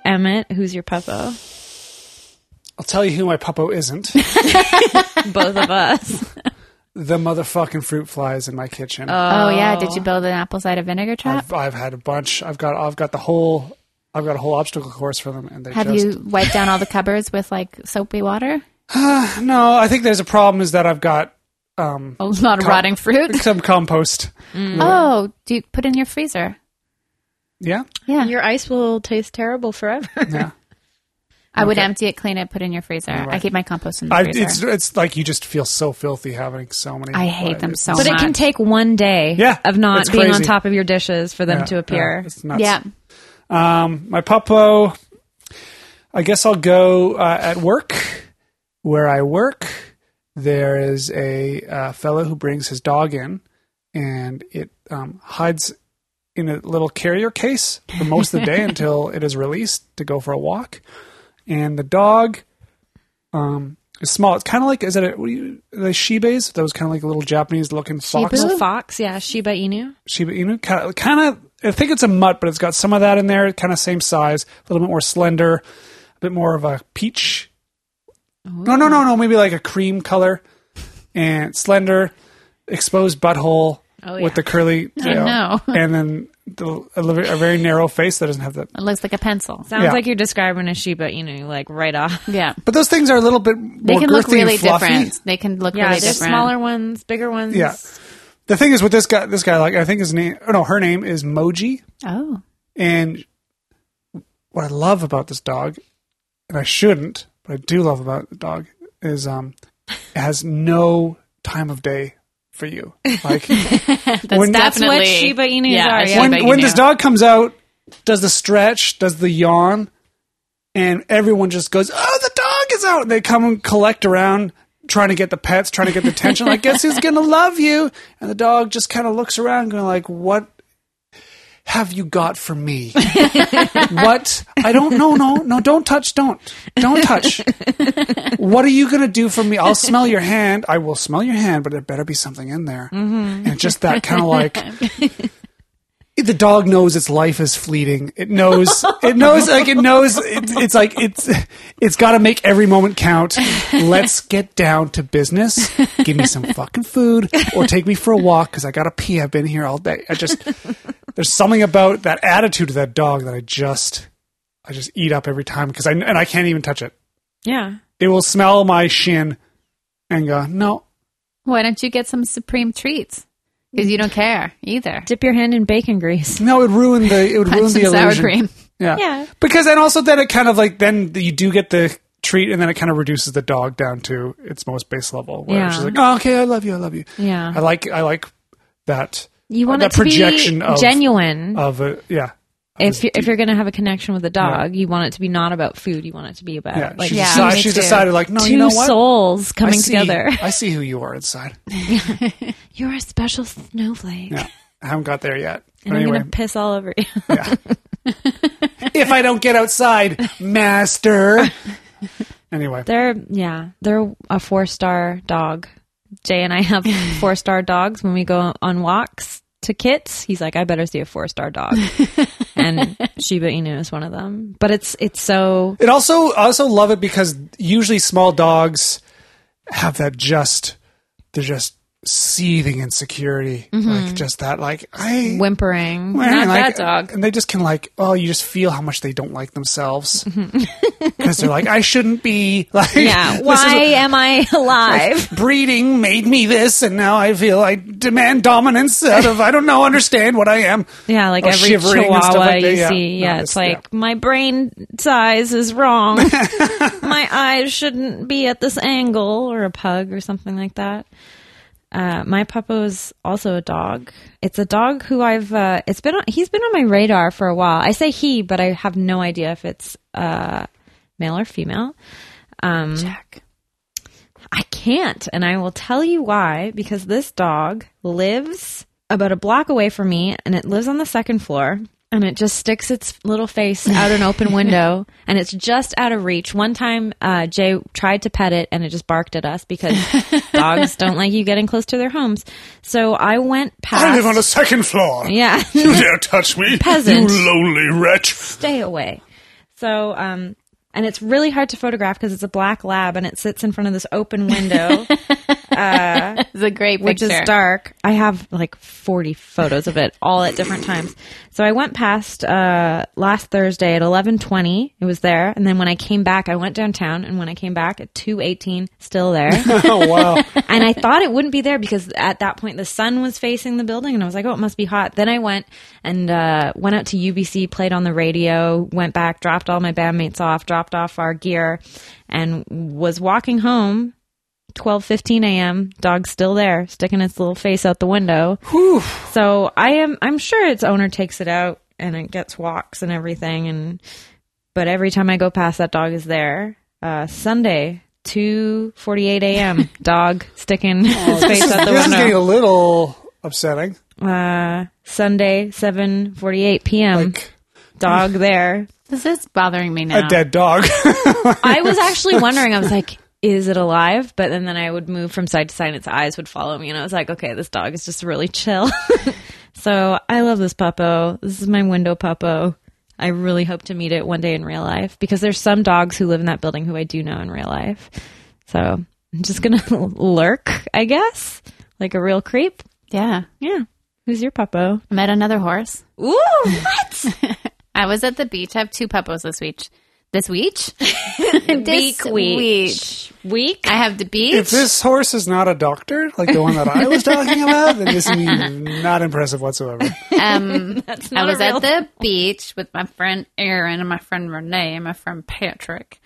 S1: Emmett, who's your puppo?
S3: I'll tell you who my puppo isn't.
S1: Both of us.
S3: the motherfucking fruit flies in my kitchen.
S5: Uh,
S2: Oh, yeah, did you build an apple cider vinegar trap?
S3: I've, I've had a bunch. I've got I've got the whole I've got a whole obstacle course for them, and they
S2: Have
S3: just
S2: you wiped down all the cupboards with like soapy water?
S3: no. I think there's a problem is that I've got um,
S2: Oh, A lot of
S3: Com-
S2: rotting fruit.
S3: some compost.
S2: Oh, do you put in your freezer?
S3: Yeah,
S2: Yeah,
S1: Your ice will taste terrible forever.
S3: yeah.
S2: I would empty it, clean it, put in your freezer. I keep my compost in the
S3: I,
S2: freezer.
S3: it's it's like you just feel so filthy having so many.
S2: I hate them
S3: it's-
S2: so
S1: But it can
S2: much.
S1: take one day
S3: Yeah,
S1: of not
S3: it's
S1: being on
S3: crazy.
S1: top of your dishes for them
S3: yeah,
S1: to appear.
S3: yeah, it's nuts.
S2: yeah.
S3: Um, my puppo. I guess I'll go uh, at work where I work. There is a uh, fellow who brings his dog in, and it um, hides in a little carrier case for most of the day until it is released to go for a walk. And the dog um, is small. It's kind of like is it a, what do you, the shibes? Those kind of like little Japanese looking fox.
S1: Little fox, yeah, Shiba Inu.
S3: Shiba Inu. Kind of, kind of, I think it's a mutt, but it's got some of that in there. Kind of same size, a little bit more slender, a bit more of a peach. No, no, no, no. Maybe like a cream color and slender, exposed butthole
S2: Oh, yeah.
S3: with the curly tail,
S2: know.
S3: and then the, a, li- a very narrow face that doesn't have that.
S2: It looks like a pencil.
S1: Sounds
S3: Yeah.
S1: like you're describing a Shiba Inu, like right off.
S2: Yeah.
S3: But those things are a little bit
S2: They
S3: more
S2: can
S3: girthy
S2: look really
S3: and fluffy.
S2: different. They can look
S1: Yeah,
S2: really
S1: there's
S2: different.
S1: smaller ones, bigger ones.
S3: Yeah. The thing is with this guy, this guy, like I think his name, oh no, her name is Moji,
S2: Oh.
S3: And what I love about this dog, and I shouldn't, but I do love about the dog, is um, it has no time of day for you.
S2: That's
S3: Like When-
S1: That's what
S2: definitely-
S1: Shiba Inus
S2: yeah,
S1: are, yeah.
S2: a Shiba
S3: when
S2: Inu.
S3: when this dog comes out, does the stretch, does the yawn, and everyone just goes, "Oh, the dog is out!" And they come and collect around, trying to get the pets, trying to get the attention. like, guess who's gonna love you? And the dog just kind of looks around, going like, "What have you got for me? what? I don't. No, no, no. Don't touch. Don't. Don't touch. what are you gonna do for me? I'll smell your hand. I will smell your hand, but there better be something in there. And just that kind of like the dog knows its life is fleeting. It knows. It knows. Like it knows. It's, it's like it's. It's got to make every moment count. Let's get down to business. Give me some fucking food, or take me for a walk because I gotta pee. I've been here all day. I just. There's something about that attitude of that dog that I just. I just eat up every time because I and I can't even touch it.
S1: Yeah.
S3: It will smell my shin, and go no.
S2: Why don't you get some supreme treats? Because you don't care either.
S1: Dip your hand in bacon grease.
S3: No, it ruined the. It would
S2: Punch
S3: ruin the
S2: some
S3: illusion.
S2: sour cream.
S3: Yeah.
S1: Yeah.
S3: Because then also then it kind of like then you do get the treat and then it kind of reduces the dog down to its most base level where
S1: Yeah.
S3: she's like, oh, okay, I love you, I love you.
S1: Yeah.
S3: I like I like that
S1: You want
S3: that
S1: it to
S3: projection
S1: be
S3: of
S1: genuine.
S3: of a yeah.
S1: if you're, if you're going to have a connection with a dog, you want it to be not about food. You want it to be about
S3: Yeah,
S1: like
S3: she's,
S2: Yeah,
S3: decided,
S2: me
S3: she's
S2: too.
S3: decided, like, no,
S1: two
S3: you know what?
S1: souls
S3: I
S1: coming
S3: see,
S1: together.
S3: I see who you are inside.
S1: You're a special snowflake,
S3: Yeah, I haven't got there yet. But
S1: and I'm
S3: anyway,
S1: going to piss all over you.
S3: yeah. if I don't get outside, master. Anyway,
S1: They're yeah, they're a four star dog. Jay and I have four star dogs. When we go on walks to kits, he's like, "I better see a four star dog," and Shiba Inu is one of them. But it's it's so
S3: it also I also love it because usually small dogs have that just they're just seething insecurity, like just that, like I
S1: whimpering.
S3: Well,
S2: Mm-hmm. Not that
S3: like,
S2: dog.
S3: And they just can like, oh, you just feel how much they don't like themselves
S2: Mm-hmm.
S3: because they're like, I shouldn't be like, this
S1: Yeah,
S3: is
S1: why am I
S3: like,
S1: alive?
S3: breeding made me this, and now I feel I demand dominance out of I don't know, understand what I am.
S1: Yeah, like
S3: Or
S1: every
S3: shivering and stuff
S1: chihuahua
S3: like that,
S1: you
S3: yeah.
S1: see.
S3: No,
S1: Yeah,
S3: it's-
S1: it's like my brain size is wrong. my eyes shouldn't be at this angle, or a pug, or something like that. Uh, my puppo is also a dog. It's a dog who I've uh, it's been on, he's been on my radar for a while. I say he, but I have no idea if it's uh, male or female. Um,
S2: Jack.
S1: I can't. And I will tell you why because this dog lives about a block away from me and it lives on the second floor and it just sticks its little face out an open window and it's just out of reach. One time, uh, Jay tried to pet it and it just barked at us because dogs don't like you getting close to their homes. So I went past.
S3: I live on a second floor.
S1: Yeah.
S3: You dare touch me,
S1: Peasant.
S3: You lonely wretch.
S1: stay away. So, um, and it's really hard to photograph because it's a black lab and it sits in front of this open window.
S2: It's a great
S1: which
S2: picture.
S1: is dark. I have like 40 photos of it all at different times. So I went past uh, last Thursday at 11:20. It was there, and then when I came back, I went downtown, and when I came back at 2:18, still there.
S3: Oh wow.
S1: and I thought it wouldn't be there because at that point the sun was facing the building, and I was like, "Oh, it must be hot." Then I went and uh, went out to UBC, played on the radio, went back, dropped all my bandmates off, dropped off our gear, and was walking home. 12:15 a.m. Dog's still there, sticking its little face out the window. So I am. I'm sure its owner takes it out and it gets walks and everything. And but every time I go past, that dog is there. Uh, Sunday, two forty-eight a.m. dog sticking his face out the
S3: Oh, this is getting
S1: window.
S3: a little upsetting.
S1: Uh, Sunday, seven forty-eight p.m.
S3: Like
S1: dog there.
S2: This is bothering me now.
S3: a dead dog.
S1: I was actually wondering. I was like. Is it alive? But and then I would move from side to side, and its eyes would follow me, and I was like, "Okay, this dog is just really chill." So I love this puppo. This is my window puppo. I really hope to meet it one day in real life because there's some dogs who live in that building who I do know in real life. So I'm just gonna lurk, I guess, like a real creep.
S2: yeah.
S1: Yeah. Who's your puppo?
S2: I met another horse.
S1: Ooh, what?
S2: I was at the beach. I have two puppos this week. This week?
S1: Week,
S2: this
S1: week, week.
S2: I have the beach.
S3: if this horse is not a doctor, like the one that I was talking about, then this is not impressive whatsoever.
S2: um, I
S1: not
S2: was
S1: a real-
S2: at the beach with my friend Aaron and my friend Renee and my friend Patrick.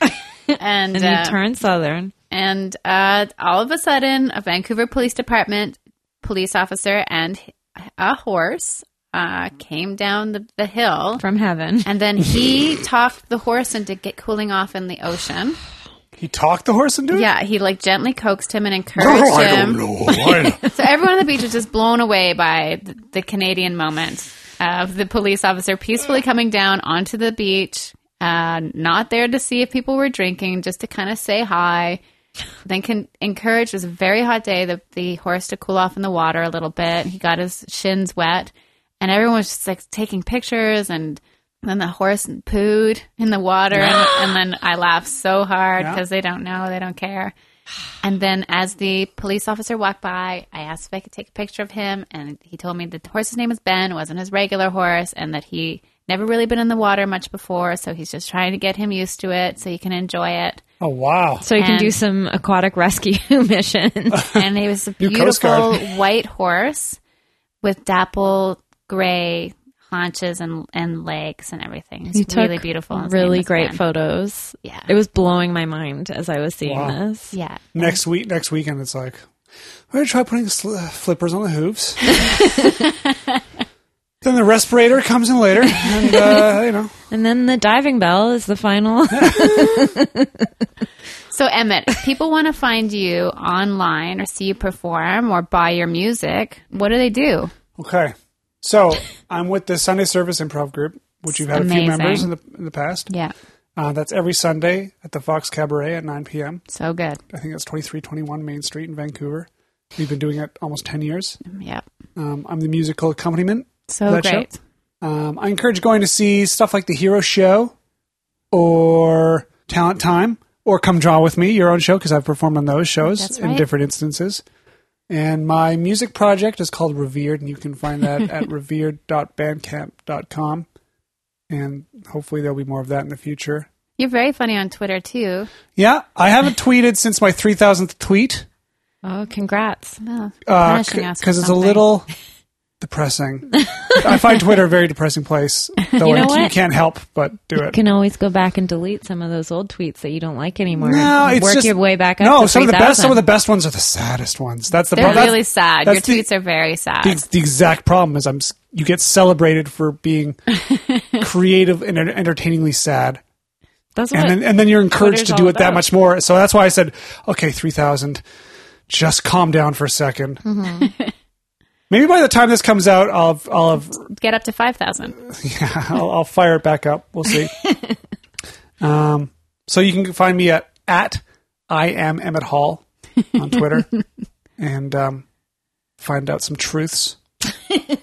S2: And,
S1: And
S2: uh,
S1: you turn southern.
S2: and uh, all of a sudden, a Vancouver Police Department police officer and a horse uh, came down the, the hill.
S1: From heaven.
S2: And then he talked the horse into get cooling off in the ocean.
S3: He talked the horse into it.
S2: Yeah, he like gently coaxed him and encouraged him.
S3: know. I-
S2: So everyone on the beach was just blown away by the, the Canadian moment of the police officer peacefully coming down onto the beach, uh, not there to see if people were drinking, just to kind of say hi. Then can encourage it was a very hot day the the horse to cool off in the water a little bit. He got his shins wet, and everyone was just like taking pictures and. then the horse pooed in the water, and, and then I laughed so hard because they don't know, they don't care. And then as the police officer walked by, I asked if I could take a picture of him. And he told me that the horse's name is Ben, wasn't his regular horse, and that he never really been in the water much before. So he's just trying to get him used to it so he can enjoy it.
S3: oh wow.
S1: So you can
S2: and-
S1: do some aquatic rescue missions.
S2: And he was a
S3: New Coast Guard.
S2: beautiful white horse with dapple gray haunches and, and legs and everything. He's really beautiful. His name
S1: Really
S2: was
S1: great
S2: Ben.
S1: photos.
S2: Yeah.
S1: It was blowing my mind as I was seeing
S3: Wow.
S1: this.
S2: Yeah.
S3: Next week, next weekend, it's like, I'm gonna try putting sl- uh, flippers on the hooves. Then the respirator comes in later, and uh, you know,
S1: And then the diving bell is the final.
S2: So, Emmett, if people want to find you online or see you perform or buy your music, what do they do?
S3: okay. So I'm with the Sunday Service Improv Group, which you've had a few
S2: Amazing.
S3: members in the in the past.
S2: Yeah,
S3: Uh, that's every Sunday at the Fox Cabaret at 9 p.m.
S2: so good.
S3: I think that's 2321 Main Street in Vancouver. We've been doing it almost 10 years.
S2: Yeah,
S3: Um, I'm the musical accompaniment.
S2: so
S3: That show?
S2: great.
S3: Um, I encourage going to see stuff like The Hero Show or Talent Time or Come Draw With Me, your own show, because I've performed on those shows
S2: That's
S3: in
S2: right.
S3: different instances. And my music project is called Revered, and you can find that at revered.bandcamp.com. And hopefully there'll be more of that in the future.
S2: You're very funny on Twitter too.
S3: Yeah, I haven't tweeted since my 3000th tweet
S1: oh, congrats.
S2: Oh,
S3: because
S2: punishing us for
S3: Uh, it's a
S2: something.
S3: little depressing. I find Twitter a very depressing place, though
S1: You know
S3: I- you
S1: what?
S3: can't help but do
S1: You
S3: it.
S1: can always go back and delete some of those old tweets that you don't like anymore.
S3: No, it's
S1: Work
S3: just,
S1: your way back up.
S3: No,
S1: to
S3: some of the best,
S1: 3,000.
S3: some of the best ones are the saddest ones. That's the
S2: They're
S3: problem.
S2: really
S3: That's-
S2: sad. Your
S3: that's the-
S2: tweets are very sad.
S3: the, the exact problem is I'm s- you get celebrated for being creative and enter- entertainingly sad,
S1: That's what.
S3: and then and then you're encouraged
S1: Twitter's
S3: to do
S1: all
S3: it that
S1: about.
S3: much more. So that's why I said, okay, three thousand, just calm down for a 2nd
S1: Mm-hmm.
S3: Maybe by the time this comes out, I'll I'll have
S2: Get up to five thousand.
S3: I'll, I'll fire it back up. We'll see. um, so you can find me at at I am Emmett Hall on Twitter, and um, find out some truths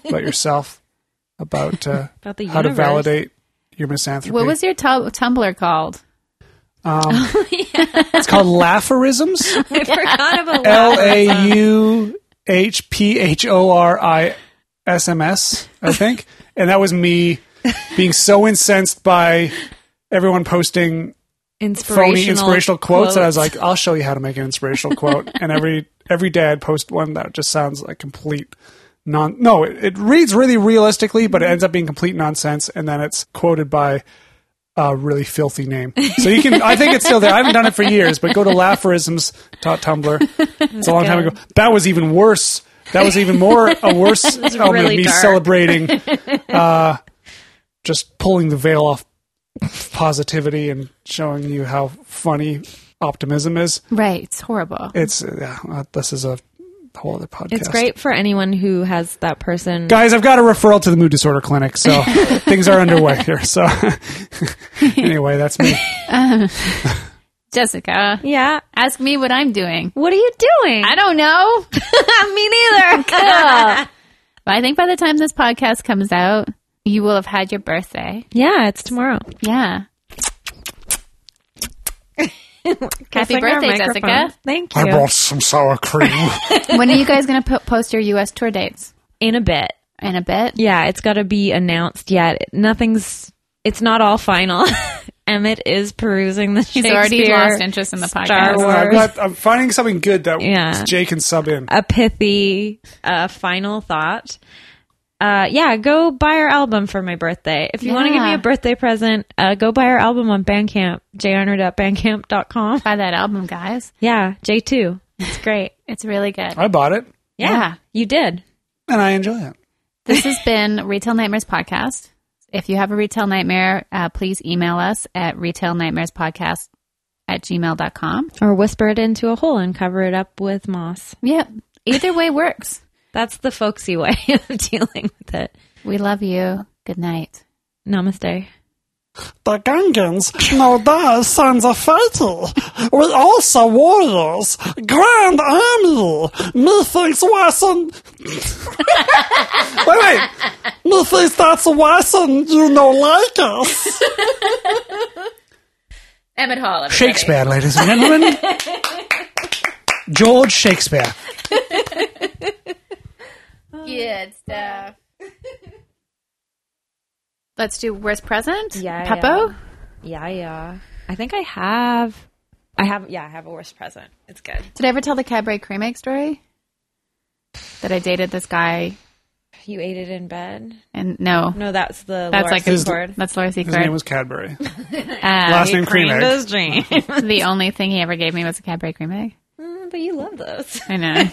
S3: about yourself, about, uh,
S1: About the
S3: how to
S1: universe.
S3: validate your misanthropy.
S2: What was your tum Tumblr called?
S3: it's called Laugherisms.
S1: I forgot about
S3: L A U H P H O R I S M S, I think. And that was me being so incensed by everyone posting
S1: inspirational,
S3: phony inspirational quotes, and I was like, I'll show you how to make an inspirational quote. And every every day I'd post one that just sounds like complete non. No, it, it reads really realistically, but it ends up being complete nonsense, and then it's quoted by a really filthy name. So you can, I think it's still there. I haven't done it for years, but go to laugherisms.tumblr. It's a long time ago. That was even worse. That was even more a worse element
S1: really
S3: of me
S1: dark.
S3: celebrating, uh, just pulling the veil off positivity and showing you how funny optimism is.
S2: Right, it's horrible.
S3: It's yeah, uh, this is a whole other podcast.
S1: it's great for anyone who has that person.
S3: Guys, I've got a referral to the mood disorder clinic, so things are underway here. So anyway, that's me.
S2: Jessica,
S1: Yeah.
S2: ask me what I'm doing.
S1: What are you doing?
S2: I don't know.
S1: Me neither.
S2: But I think by the time this podcast comes out, you will have had your birthday.
S1: yeah, it's tomorrow.
S2: Yeah. Happy
S1: Kissing our
S2: birthday,
S1: microphone.
S2: Jessica.
S1: Thank
S3: I
S1: you.
S3: brought some sour cream.
S2: when are you guys going to po- post your U.S. tour dates?
S1: In a bit.
S2: In a bit.
S1: Yeah, it's got to be announced yet. Nothing's. It's not all final. Emmett is perusing the
S2: He's
S1: Shakespeare.
S2: already lost interest in the podcast.
S1: Star Wars.
S3: I've got, I'm uh, finding something good that
S1: Yeah.
S3: Jay can sub in.
S1: a pithy uh, final thought. Uh, yeah, go buy our album for my birthday. If you want to give me
S2: Yeah.
S1: a birthday present, uh, go buy our album on Bandcamp, jarner.bandcamp.com.
S2: Buy that album, guys.
S1: Yeah, J2. It's great.
S2: It's really good.
S3: I bought it
S1: Yeah,
S2: Yeah.
S1: you did.
S3: and I enjoy it.
S2: This has been Retail Nightmares Podcast. If you have a retail nightmare, uh, please email us at retailnightmarespodcast at gmail.com.
S1: Or whisper it into a hole and cover it up with moss.
S2: Yep. Either way works.
S1: That's the folksy way of dealing with it.
S2: We love you. Good night.
S1: Namaste.
S5: The Gungans know their sons are fatal. We also warriors, grand army. Methinks Wesson. wait, wait. Methinks that's Wesson you no like us.
S2: Emmett Hall.
S3: Shakespeare, ladies and gentlemen. George Shakespeare.
S2: Good stuff. Let's do worst present.
S1: Yeah,
S2: Peppo.
S1: Yeah, yeah. I think I have. I have, yeah, I have a worst present. It's good.
S2: Did I ever tell the cabaret cream egg story? That I dated this guy,
S1: You ate it in bed?
S2: and no,
S1: No, that's the
S2: that's like
S1: Laura
S2: his,
S1: Secord.
S2: that's Laura
S3: His name
S2: Secord.
S3: was Cadbury.
S2: Uh,
S3: Last name Cream Egg.
S1: Creamed his dream.
S2: the only thing he ever gave me was a cabaret cream egg.
S1: Mm, but you love those.
S2: I know.
S3: you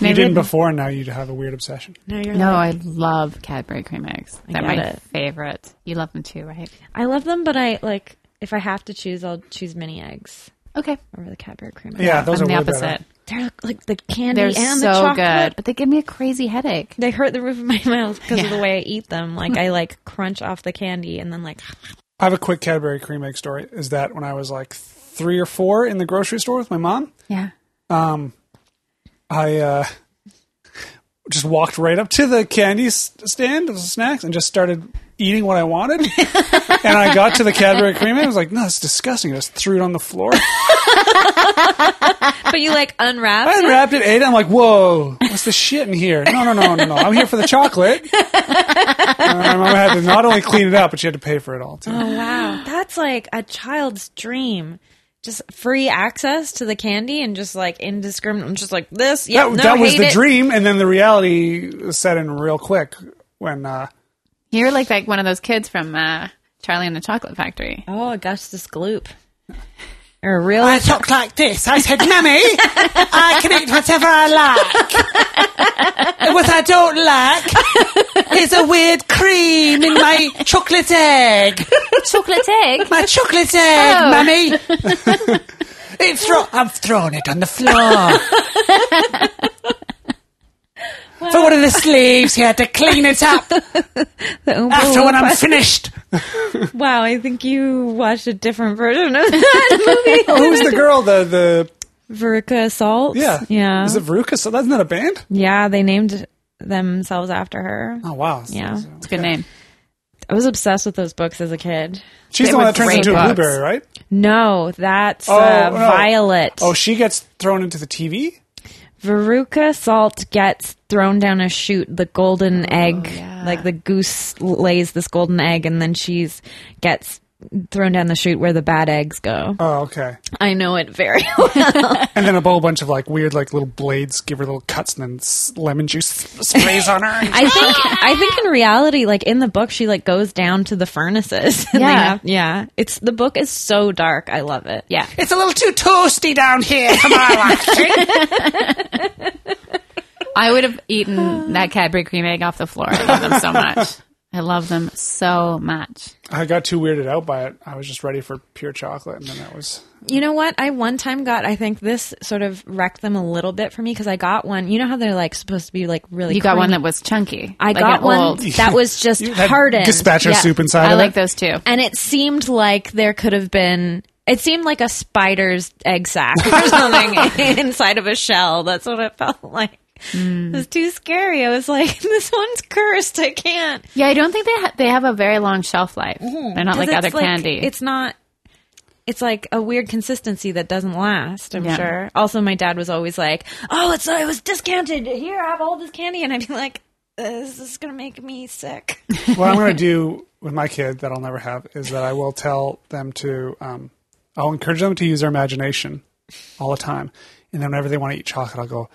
S2: Maybe-
S3: didn't before, and now you have a weird obsession.
S1: No, you're
S2: No,
S1: not.
S2: I love Cadbury cream eggs. They're
S1: get
S2: my
S1: it.
S2: favorite. You love them too, right?
S1: I love them, but I like if I have to choose, I'll choose mini eggs
S2: Okay.
S1: over the Cadbury cream.
S3: Yeah,
S1: egg.
S3: those
S2: I'm
S3: are
S2: the
S3: way
S2: opposite.
S3: better.
S1: they're like the candy
S2: They're
S1: and the
S2: so
S1: chocolate.
S2: good, but they give me a crazy headache.
S1: They hurt the roof of my mouth because of
S2: Yeah.
S1: the way I eat them. Like I like crunch off the candy and then like
S3: I have a quick Cadbury cream egg story. Is that when I was like three or four in the grocery store with my mom?
S2: Yeah.
S3: Um, I uh, just walked right up to the candy s- stand of the snacks and just started eating what I wanted. and I got to the Cadbury cream egg. I was like, "No, it's disgusting." I just threw it on the floor.
S1: but you like unwrap.
S3: I unwrapped it, ate it. I'm like, whoa, what's the shit in here? No, no, no, no, no. I'm here for the chocolate. And my mom had to not only clean it up, but she had to pay for it all, too.
S1: Oh wow, that's like a child's dream. Just free access to the candy and just like indiscriminate. Just like this. Yeah,
S3: that
S1: no,
S3: that was
S1: hate
S3: the
S1: it.
S3: dream, and then the reality set in real quick when uh,
S2: You're like like one of those kids from uh, Charlie and the Chocolate Factory.
S1: Oh, Augustus Gloop. Or real
S5: I talked like this. I said, Mummy, I can eat whatever I like. what I don't like is a weird cream in my chocolate egg.
S4: Chocolate egg.
S5: My chocolate egg, Mummy. It's thro- I've thrown it on the floor. For one of the slaves here to clean it up
S1: Oh,
S5: after when I'm finished.
S1: Wow, I think you watched a different version of that movie.
S3: who's the girl? The the
S1: Veruca Assault.
S3: yeah
S1: yeah,
S3: Is it Veruca? So that's not a band.
S1: yeah. They named themselves after her.
S3: Oh wow.
S1: Yeah,
S2: It's a good name.
S1: I was obsessed with those books as a kid.
S3: She's
S2: They
S3: the one
S2: were
S3: that turns
S2: great
S3: into a
S2: books.
S3: blueberry, right?
S1: No, that's
S3: Oh,
S1: uh,
S3: no.
S1: Violet.
S3: Oh, she gets thrown into the TV.
S1: Veruca Salt gets thrown down a chute, the golden egg, like the goose lays this golden egg, and then she's gets thrown down the chute where the bad eggs go.
S3: Oh, okay.
S1: I know it very well.
S3: And then a whole bunch of like weird, like little blades give her little cuts, and then s- lemon juice sprays on her.
S1: I think I think in reality, like in the book, she like goes down to the furnaces. and they
S2: Yeah.
S1: have- yeah. It's the book is so dark. I love it.
S2: Yeah.
S5: It's a little too toasty down here for my liking.
S2: I would have eaten that Cadbury cream egg off the floor. I love them so much. I love them so much.
S3: I got too weirded out by it. I was just ready for pure chocolate, and then that was.
S1: You know what? I one time got. I think this sort of wrecked them a little bit for me because I got one. You know how they're like supposed to be like really.
S2: You got one
S1: creamy?
S2: that was chunky.
S1: I
S2: like
S1: got
S2: an
S1: one
S2: old-
S1: that was just
S3: had
S1: hardened.
S3: gazpacho
S1: Yeah.
S3: soup inside
S2: I
S3: of
S2: like
S3: it.
S2: those too.
S1: And it seemed like there could have been. It seemed like a spider's egg sac or something inside of a shell. That's what it felt like.
S2: Hmm.
S1: It was too scary. I was like, this one's cursed. I can't.
S2: Yeah, I don't think they ha- they have a very long shelf life. They're not
S1: Mm-hmm.
S2: like
S1: 'Cause
S2: other
S1: it's
S2: candy.
S1: It's not. It's like a weird consistency that doesn't last. I'm
S2: Yeah.
S1: sure. Also, my dad was always like, "Oh, it's it was discounted. Here, have all this candy," and I'd be like, "This is gonna make me sick."
S3: what I'm going to do with my kid that I'll never have is that I will tell them to. Um, I'll encourage them to use their imagination all the time, and then whenever they want to eat chocolate, I'll go,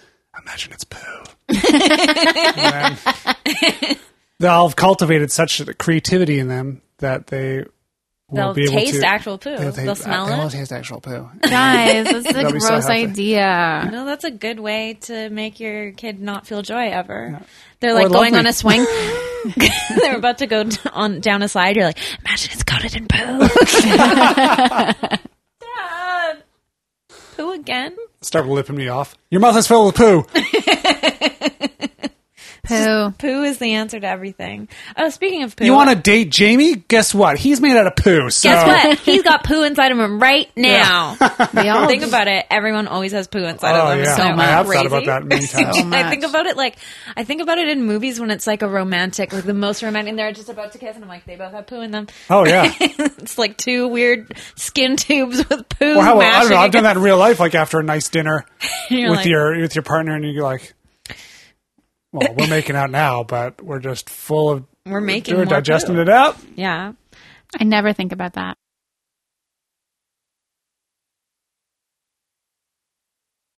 S3: "Imagine it's poo." and then they'll have cultivated such creativity in them that they
S1: They'll
S3: will be able
S1: taste
S3: to
S1: actual poo.
S3: Yeah,
S1: They'll smell
S3: they will
S1: it.
S3: taste actual poo.
S2: Guys, this is a
S3: They'll be so
S2: gross
S3: happy.
S2: idea.
S1: No, that's a good way to make your kid not feel joy ever. They're
S3: Or
S1: like going
S3: lovely.
S1: on a swing. They're about to go d- on down a slide. You're like, imagine it's coated in poo. Dad, poo again.
S3: Start lipping me off. Your mouth is filled with poo.
S2: Poo.
S1: Poo is the answer to everything. Oh, speaking of poo,
S3: You want to date Jamie? Guess what? He's made out of poo. So
S1: guess what? He's got poo inside of him right now.
S2: They all
S1: think about it. Everyone always has poo inside
S3: Oh
S1: of them.
S3: yeah,
S1: It's so
S3: I have
S1: crazy.
S3: thought about that many times.
S2: So much.
S1: I think about it like I think about it in movies when it's like a romantic, like the most romantic. and They're just about to kiss, and I'm like, they both have poo in them.
S3: Oh yeah.
S1: it's like two weird skin tubes with poo.
S3: Or how about, I don't
S1: mashing
S3: know. I've done
S1: against-
S3: that in real life, like after a nice dinner
S1: You're
S3: with
S1: like,
S3: your with your partner, and you're like, "Well, we're making out now, but we're just full of
S1: We're making more
S3: we're digesting
S1: poo.
S3: it out."
S1: Yeah,
S2: I never think about that.